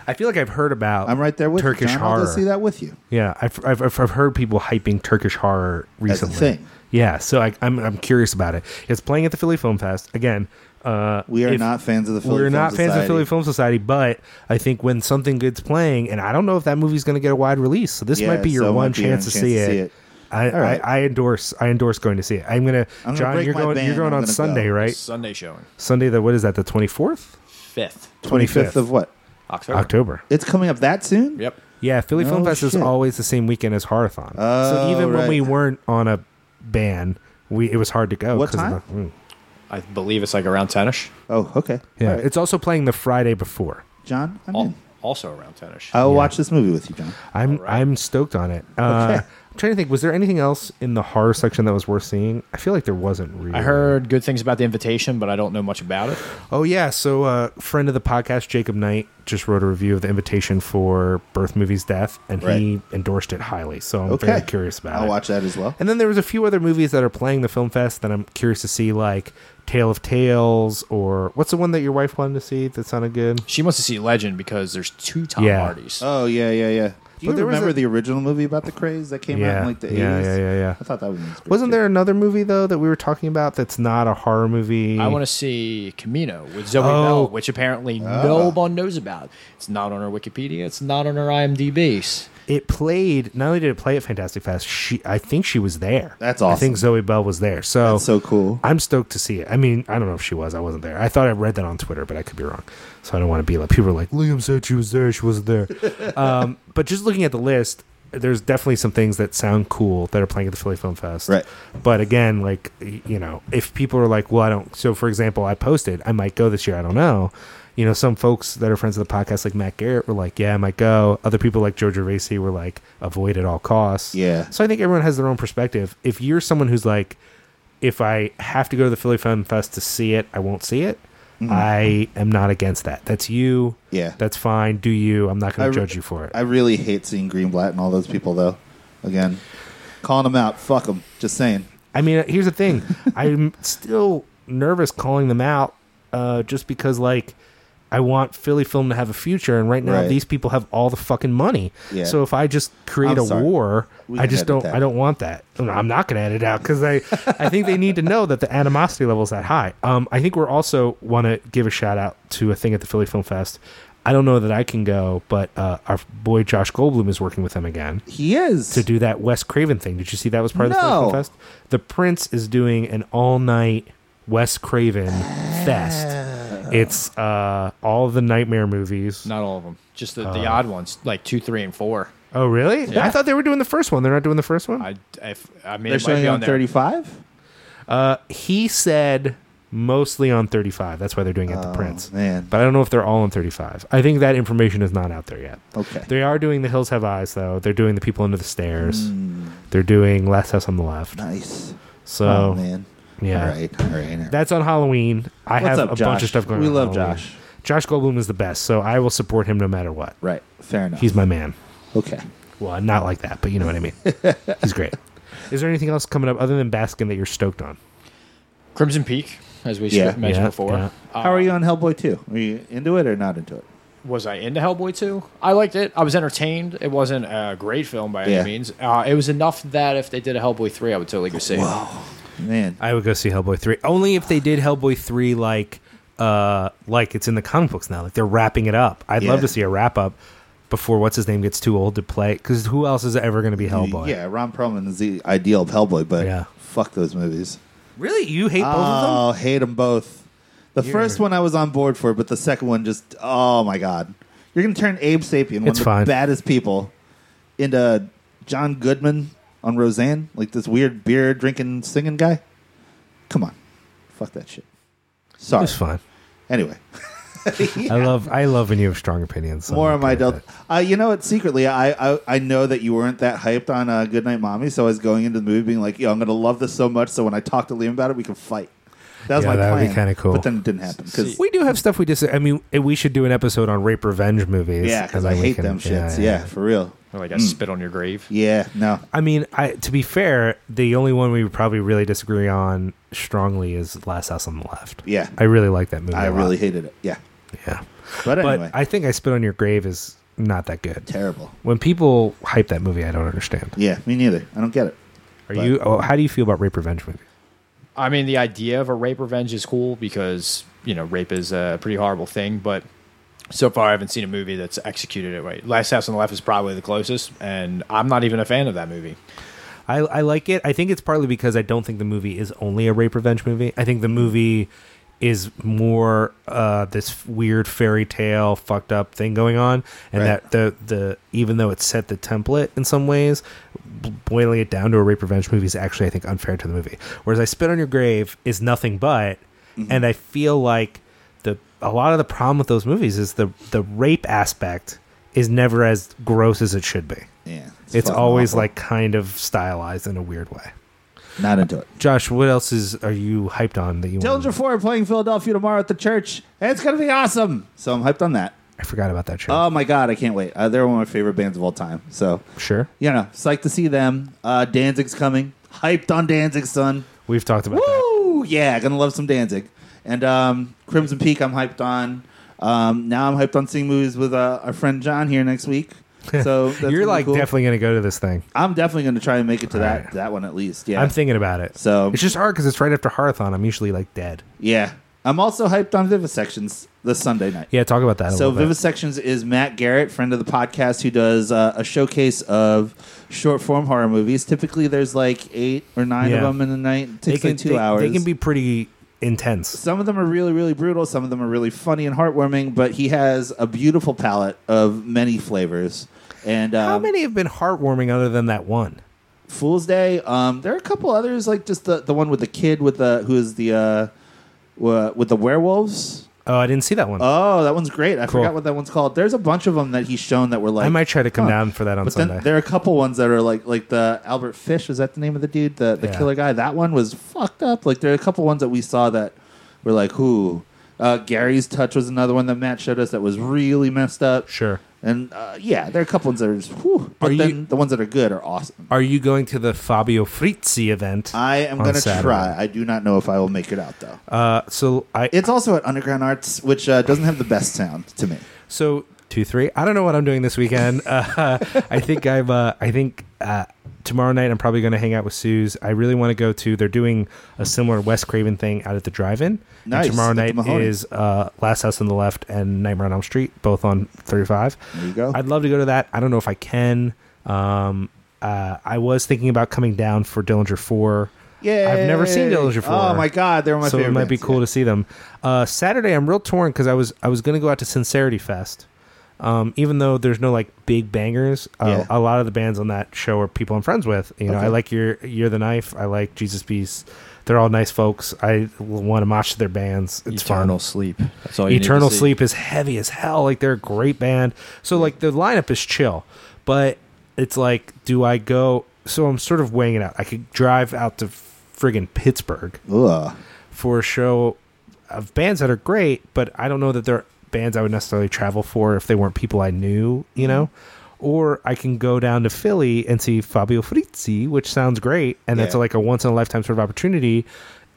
I feel like I've heard about.
I'm right there with
Turkish
you. John. I'll
horror.
go see that with you.
Yeah, I've, I've I've I've heard people hyping Turkish horror
a
recently.
thing.
Yeah, so I, I'm I'm curious about it. It's playing at the Philly Film Fest again. Uh,
We are
if-
not fans of the Philly
we're
Film
not fans of
Society.
Philly Film Society, but I think when something good's playing, and I don't know if that movie's going to get a wide release, so this
Yeah,
might be your
so it might
one
be your
chance to
chance
see
to
it.
see it.
I,
All right.
I, I endorse. I endorse going to see it. I'm gonna.
gonna
John,
break
you're
my
going.
ban.
You're going
I'm
on
gonna
Sunday,
go.
right?
Sunday showing,
Sunday. The what is that? The 24th
fifth
25th of what?
October.
October.
It's coming up that soon?
Yep.
Yeah, Philly Film
Oh,
Fest is
shit.
always the same weekend as Horathon. so
Oh,
even when we
right.
weren't on a ban, we it was hard to go.
What
'cause of
time?
the- mm.
I believe it's like around tenish.
Oh, okay.
yeah,
All right.
it's also playing the Friday before.
John, I'm
Al-
in.
also around tenish.
I'll watch this movie with you, John.
I'm
All right.
I'm stoked on it. Uh,
Okay.
I'm trying to think. Was there anything else in the horror section that was worth seeing? I feel like there wasn't. Really.
I heard good things about the invitation, but I don't know much about it.
Oh yeah. So uh, friend of the podcast, Jacob Knight, just wrote a review of the invitation for Birth Movies Death, and he
Right.
endorsed it highly. So I'm
Okay.
very curious about
I'll
it.
watch that as well.
And then there was a few other movies that are playing the film fest that I'm curious to see, like Tale of Tales, or what's the one that your wife wanted to see that sounded good?
She wants to see Legend because there's two Tom
Yeah.
Hardys.
Oh, yeah, yeah, yeah. Do you
But there was
remember
a-
the original movie about the craze that came out
Yeah.
in like the 80s?
Yeah, yeah, yeah, yeah.
I thought that one was great.
Wasn't
too.
there another movie though that we were talking about that's not a horror movie?
I want to see Camino with Zoe
Oh.
Bell, which apparently no one knows about. It's not on her Wikipedia. It's not on her IMDb.
It played. Not only did it play at Fantastic Fest, she I think she was there.
That's
I think
awesome.
Zoe Bell was there. So
That's so cool.
I'm stoked to see it. I mean, I don't know if she was. I wasn't there. I thought I read that on Twitter, but I could be wrong. So I don't want to be like people are like Liam said she was there. She wasn't there. um, but just looking at the list, there's definitely some things that sound cool that are playing at the Philly Film Fest.
Right.
But again, like y- you know, if people are like, well, I don't. So for example, I posted I might go this year. I don't know. You know, some folks that are friends of the podcast, like Matt Garrett, were like, "Yeah, I might go." Other people, like Joe Gervasi, were like, "Avoid at all costs."
Yeah.
So I think everyone has their own perspective. If you're someone who's like, if I have to go to the Philly Film Fest to see it, I won't see it.
Mm-hmm.
I am not against that. That's you.
Yeah.
That's fine. Do you? I'm not
I
going
re-
to judge you for it.
I really hate seeing Greenblatt and all those people, though. Again, calling them out. Fuck them. Just saying.
I mean, here's the thing. I'm still nervous calling them out uh, just because, like, I want Philly film to have a future, and right now
Right.
these people have all the fucking money.
Yeah.
So if I just create
I'm
a
sorry.
war,
We
I
can
just
edit
don't.
that.
I don't want that. No, I'm not going to edit it out because I, I think they need to know that the animosity level is that high. Um, I think we're also want to give a shout out to a thing at the Philly Film Fest. I don't know that I can go, but uh, our boy Josh Goldblum is working with them again
He is.
to do that Wes Craven thing. Did you see that was part of the
No.
Film Fest? The Prince is doing an all night Wes Craven fest. It's uh, all the nightmare movies.
Not all of them. Uh-huh. Just the, the odd ones, like two, three, and four.
Oh, really? I thought they were doing the first one. They're not doing the first one.
I, if, I mean,
They're
it might
showing
be
it
on
on
there.
35?
he said mostly on 35. That's why they're doing it at the Prince.
Oh, man.
But I don't know if they're all on 35. I think that information is not out there yet.
Okay.
They are doing The Hills Have Eyes, though. They're doing The People Under the Stairs.
Hmm.
They're doing Last House on the Left.
Nice.
So
oh, man.
yeah.
All right. All right. all right.
That's on Halloween. I
What's
have
up,
a bunch of
Josh?
stuff going
We
on.
love
Halloween.
Josh.
Josh Goldblum is the best, so I will support him no matter what.
right. Fair enough.
He's my man.
okay.
Well, not like that, but you know what I mean. He's great. Is there anything else coming up other than Baskin that you're stoked on?
Crimson Peak, as we
Yeah.
mentioned
Yeah,
before.
yeah.
Uh,
How are you on Hellboy 2? Are you into it or not into it?
was I into Hellboy 2? I liked it. I was entertained. It wasn't a great film by
Yeah.
any means. Uh, it was enough that if they did a Hellboy 3, I would totally go see it.
Man.
I would go see Hellboy three. Only if they did Hellboy three like uh like it's in the comic books now. Like they're wrapping it up. I'd love
Yeah.
to see a wrap up before what's his name gets too old to play. Because who else is ever going to be Hellboy?
Yeah, Ron Perlman is the ideal of Hellboy, but
Yeah.
fuck those movies.
Really, you hate both of them?
Oh, hate them both. The first one I was on board for, but the second one just, oh my God. You're going to turn Abe Sapien, one
It's
of
fine.
the baddest people, into John Goodman on Roseanne, like this weird beer drinking, singing guy. Come on, fuck that shit. Sorry.
It's fine.
Anyway,
I love I love when you have strong opinions. so
more
I'm
of my
okay
adult.
with
Uh, you know what? Secretly, I, I I know that you weren't that hyped on uh, Goodnight Mommy, so I was going into the movie being like, "Yo, I'm going to love this so much, so when I talk to Liam about it, we can fight." That was
Yeah,
my
that would be
plan.
kinda cool.
But then it didn't happen because
it. We do have stuff we disagree. I mean, we should do an episode on rape revenge movies.
yeah, because
and
I
then we
hate
can-
them shits. Yeah, for real.
Or like I spit on your grave.
Yeah, no.
I mean, I to be fair, the only one we probably really disagree on strongly is Last House on the Left.
Yeah.
I really like that movie.
I
a lot.
really hated it. Yeah.
yeah.
But
But
anyway,
I think I Spit on Your Grave is not that good.
terrible.
When people hype that movie, I don't understand.
Yeah, me neither. I don't get it.
Are
But-
you? Oh, how do you feel about rape revenge movies?
I mean, the idea of a rape revenge is cool because you know rape is a pretty horrible thing, but so far I haven't seen a movie that's executed it right. Last House on the Left is probably the closest, and I'm not even a fan of that movie.
I, I like it. I think it's partly because I don't think the movie is only a rape revenge movie. I think the movie is more uh, this weird fairy tale fucked up thing going on, and
Right.
that the the even though it set the template in some ways, b- boiling it down to a rape revenge movie is actually I think unfair to the movie. Whereas I spit on your grave is nothing but, and I feel like the a lot of the problem with those movies is the the rape aspect is never as gross as it should be
Yeah.
it's
fucking
always
awful.
like kind of stylized in a weird way.
not into it.
Josh, what else is are you hyped on that you? wanna-
Dillinger Four playing Philadelphia tomorrow at the church. It's gonna be awesome. So I'm hyped on that.
I forgot about that show.
Oh my god, I can't wait. Uh, they're one of my favorite bands of all time. So
sure,
you know, psyched to see them. Uh, Danzig's coming. Hyped on Danzig, son.
we've talked about that.
Woo! Yeah, gonna love some Danzig. And um, Crimson Peak, I'm hyped on. Um, now I'm hyped on seeing movies with uh, our friend John here next week. So that's gonna
You're
be
like
cool.
definitely going to go to this thing.
I'm definitely going to try and make it to that
Alright.
that one at least. Yeah,
I'm thinking about it.
So-
it's just hard because it's right after Hearthon. I'm usually like dead.
yeah. I'm also hyped on Vivisections this Sunday night.
Yeah, talk about that. A
So
little bit.
Vivisections is Matt Garrett, friend of the podcast, who does uh, a showcase of short form horror movies. Typically, there's like eight or nine of
Yeah.
them in a night. It takes like two
they,
hours.
They can be pretty intense.
some of them are really really brutal some of them are really funny and heartwarming but he has a beautiful palette of many flavors and um,
How many have been heartwarming other than that one?
fool's day um, there are a couple others like just the, the one with the kid with the who is the uh, wa- with the werewolves
Oh, I didn't see that one.
oh that one's great i
Cool.
forgot what that one's called there's a bunch of them that he's shown that were like
I might try to come
huh.
down for that on
but
Sunday.
then there are a couple ones that are like like the Albert Fish is that the name of the dude the the
Yeah.
killer guy that one was fucked up like there are a couple ones that we saw that were like who uh, Gary's touch was another one that Matt showed us that was really messed up
sure.
and uh, yeah there are a couple ones that are just whew, but
Are
then
you-
the ones that are good are awesome
Are you going to the Fabio Frizzi event?
I am
On
gonna
Saturday.
try I do not know if I will make it out though
uh, so I
it's also at Underground Arts which uh, doesn't have the best sound to me
So two, three. I don't know what I'm doing this weekend. Uh, I think I'm. Uh, I think uh, tomorrow night I'm probably going to hang out with Sue's. I really want to go to. They're doing a similar West Craven thing out at the drive-in. And
Nice,
tomorrow
at the
night
Mahoney.
is uh, Last House on the Left and Nightmare on Elm Street, both on 35.
There you go.
I'd love to go to that. I don't know if I can. Um, uh, I was thinking about coming down for Dillinger Four.
yeah
I've never seen Dillinger Four
oh my god they're my
so
favorite
it might be
bands,
cool
yeah.
to see them. Uh, Saturday, I'm real torn because I was I was gonna go out to Sincerity Fest, um, even though there's no like big bangers. Uh,
Yeah.
A lot of the bands on that show are people I'm friends with. You know,
Okay.
I like your You're the Knife. I like Jesus Peace. They're all nice folks. I want to match their bands. It's fun.
Eternal sleep. That's all. You
Eternal
need to see.
Sleep is heavy as hell. Like they're a great band. So like the lineup is chill, but it's like, do I go? So I'm sort of weighing it out. I could drive out to friggin' Pittsburgh
Ugh.
for a show of bands that are great, but I don't know that they're bands I would necessarily travel for if they weren't people I knew, you know? Or I can go down to Philly and see Fabio Frizzi, which sounds great, and that's
Yeah.
like a once in a lifetime sort of opportunity.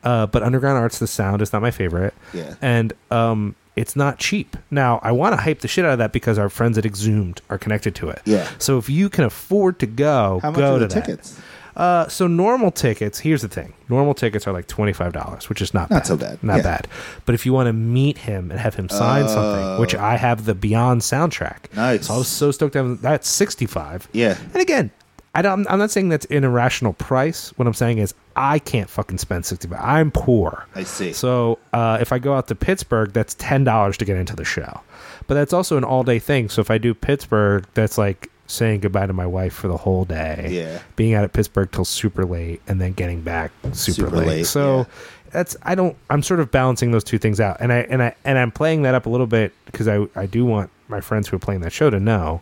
Uh, but Underground Arts, the sound is not my favorite,
Yeah.
and um, it's not cheap. Now I want to hype the shit out of that because our friends at Exhumed are connected to it.
Yeah.
So if you can afford to go,
how much
go
are the
to that.
tickets
Uh, so normal tickets. Here's the thing: normal tickets are like twenty five dollars, which is not
Not
bad,
so bad.
not
Yeah.
bad. But if you want to meet him and have him sign something, which I have the Beyond soundtrack,
Oh. Nice.
So I was so stoked. to have- That's sixty five.
Yeah.
And again, I don't, I'm not saying that's an irrational price. What I'm saying is I can't fucking spend sixty. bucks. I'm poor.
I see.
So uh, if I go out to Pittsburgh, that's ten dollars to get into the show, but that's also an all day thing. So if I do Pittsburgh, that's like saying goodbye to my wife for the whole day.
Yeah.
being out at Pittsburgh till super late and then getting back super,
Super
late.
late,
So
yeah.
that's I don't I'm sort of balancing those two things out, and I and I and I'm playing that up a little bit because I I do want my friends who are playing that show to know.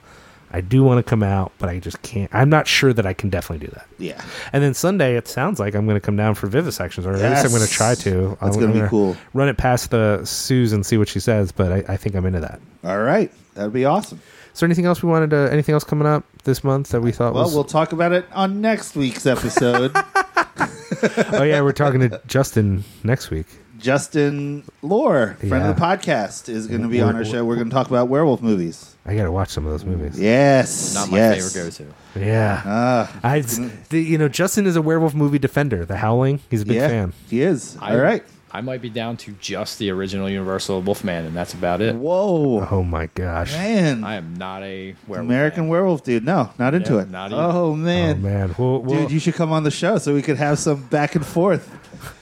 I do want to come out, but I just can't. I'm not sure that I can definitely do that.
Yeah.
And then Sunday, it sounds like I'm going to come down for vivisections, or at least I'm going to
Yes.
try to.
That's
I'm
gonna be
gonna
cool.
Run it past the Suze and see what she says, but I, I think I'm into that.
All right. That'd be awesome.
Is there anything else we wanted to? Anything else coming up this month that we thought
Well,
was?
we'll talk about it on next week's episode.
oh yeah, we're talking to Justin next week.
Justin Lore, friend of the
Yeah.
podcast, is going to be on
We're-
our show. We're going to talk about werewolf movies.
I got to watch some of those movies.
Yes.
Not my
yes.
favorite go to.
Yeah,
Ah,
I, the, you know, Justin is a werewolf movie defender. The Howling, he's a big
yeah,
fan.
he is. All right.
I might be down to just the original Universal Wolfman, and that's about it.
Whoa,
Oh my gosh,
man!
I am not a werewolf.
American
fan.
Werewolf, dude. No, not into
Yeah,
it.
not even.
oh
oh
man.
man, we'll we'll,
dude, you should come on the show so we could have some back and forth.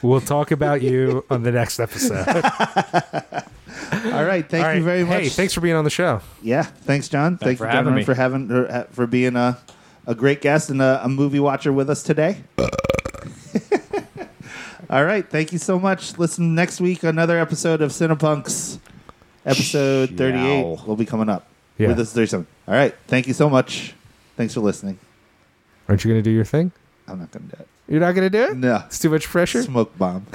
we'll talk about you on the next episode. Thank
All right, thank you very much.
Hey, thanks for being on the show.
Yeah, thanks, John. Thank
for
you,
having
John,
me.
for having er, ha- for being a a great guest and a, a movie watcher with us today. All right, thank you so much. Listen next week, another episode of Cinepunks, episode
Ciao.
thirty-eight will be coming up.
Yeah.
With us thirty-seven. All right, thank you so much. Thanks for listening.
Aren't you going to do your thing?
I'm not gonna do it.
You're not going to do it?
No
It's too much pressure?
smoke bomb.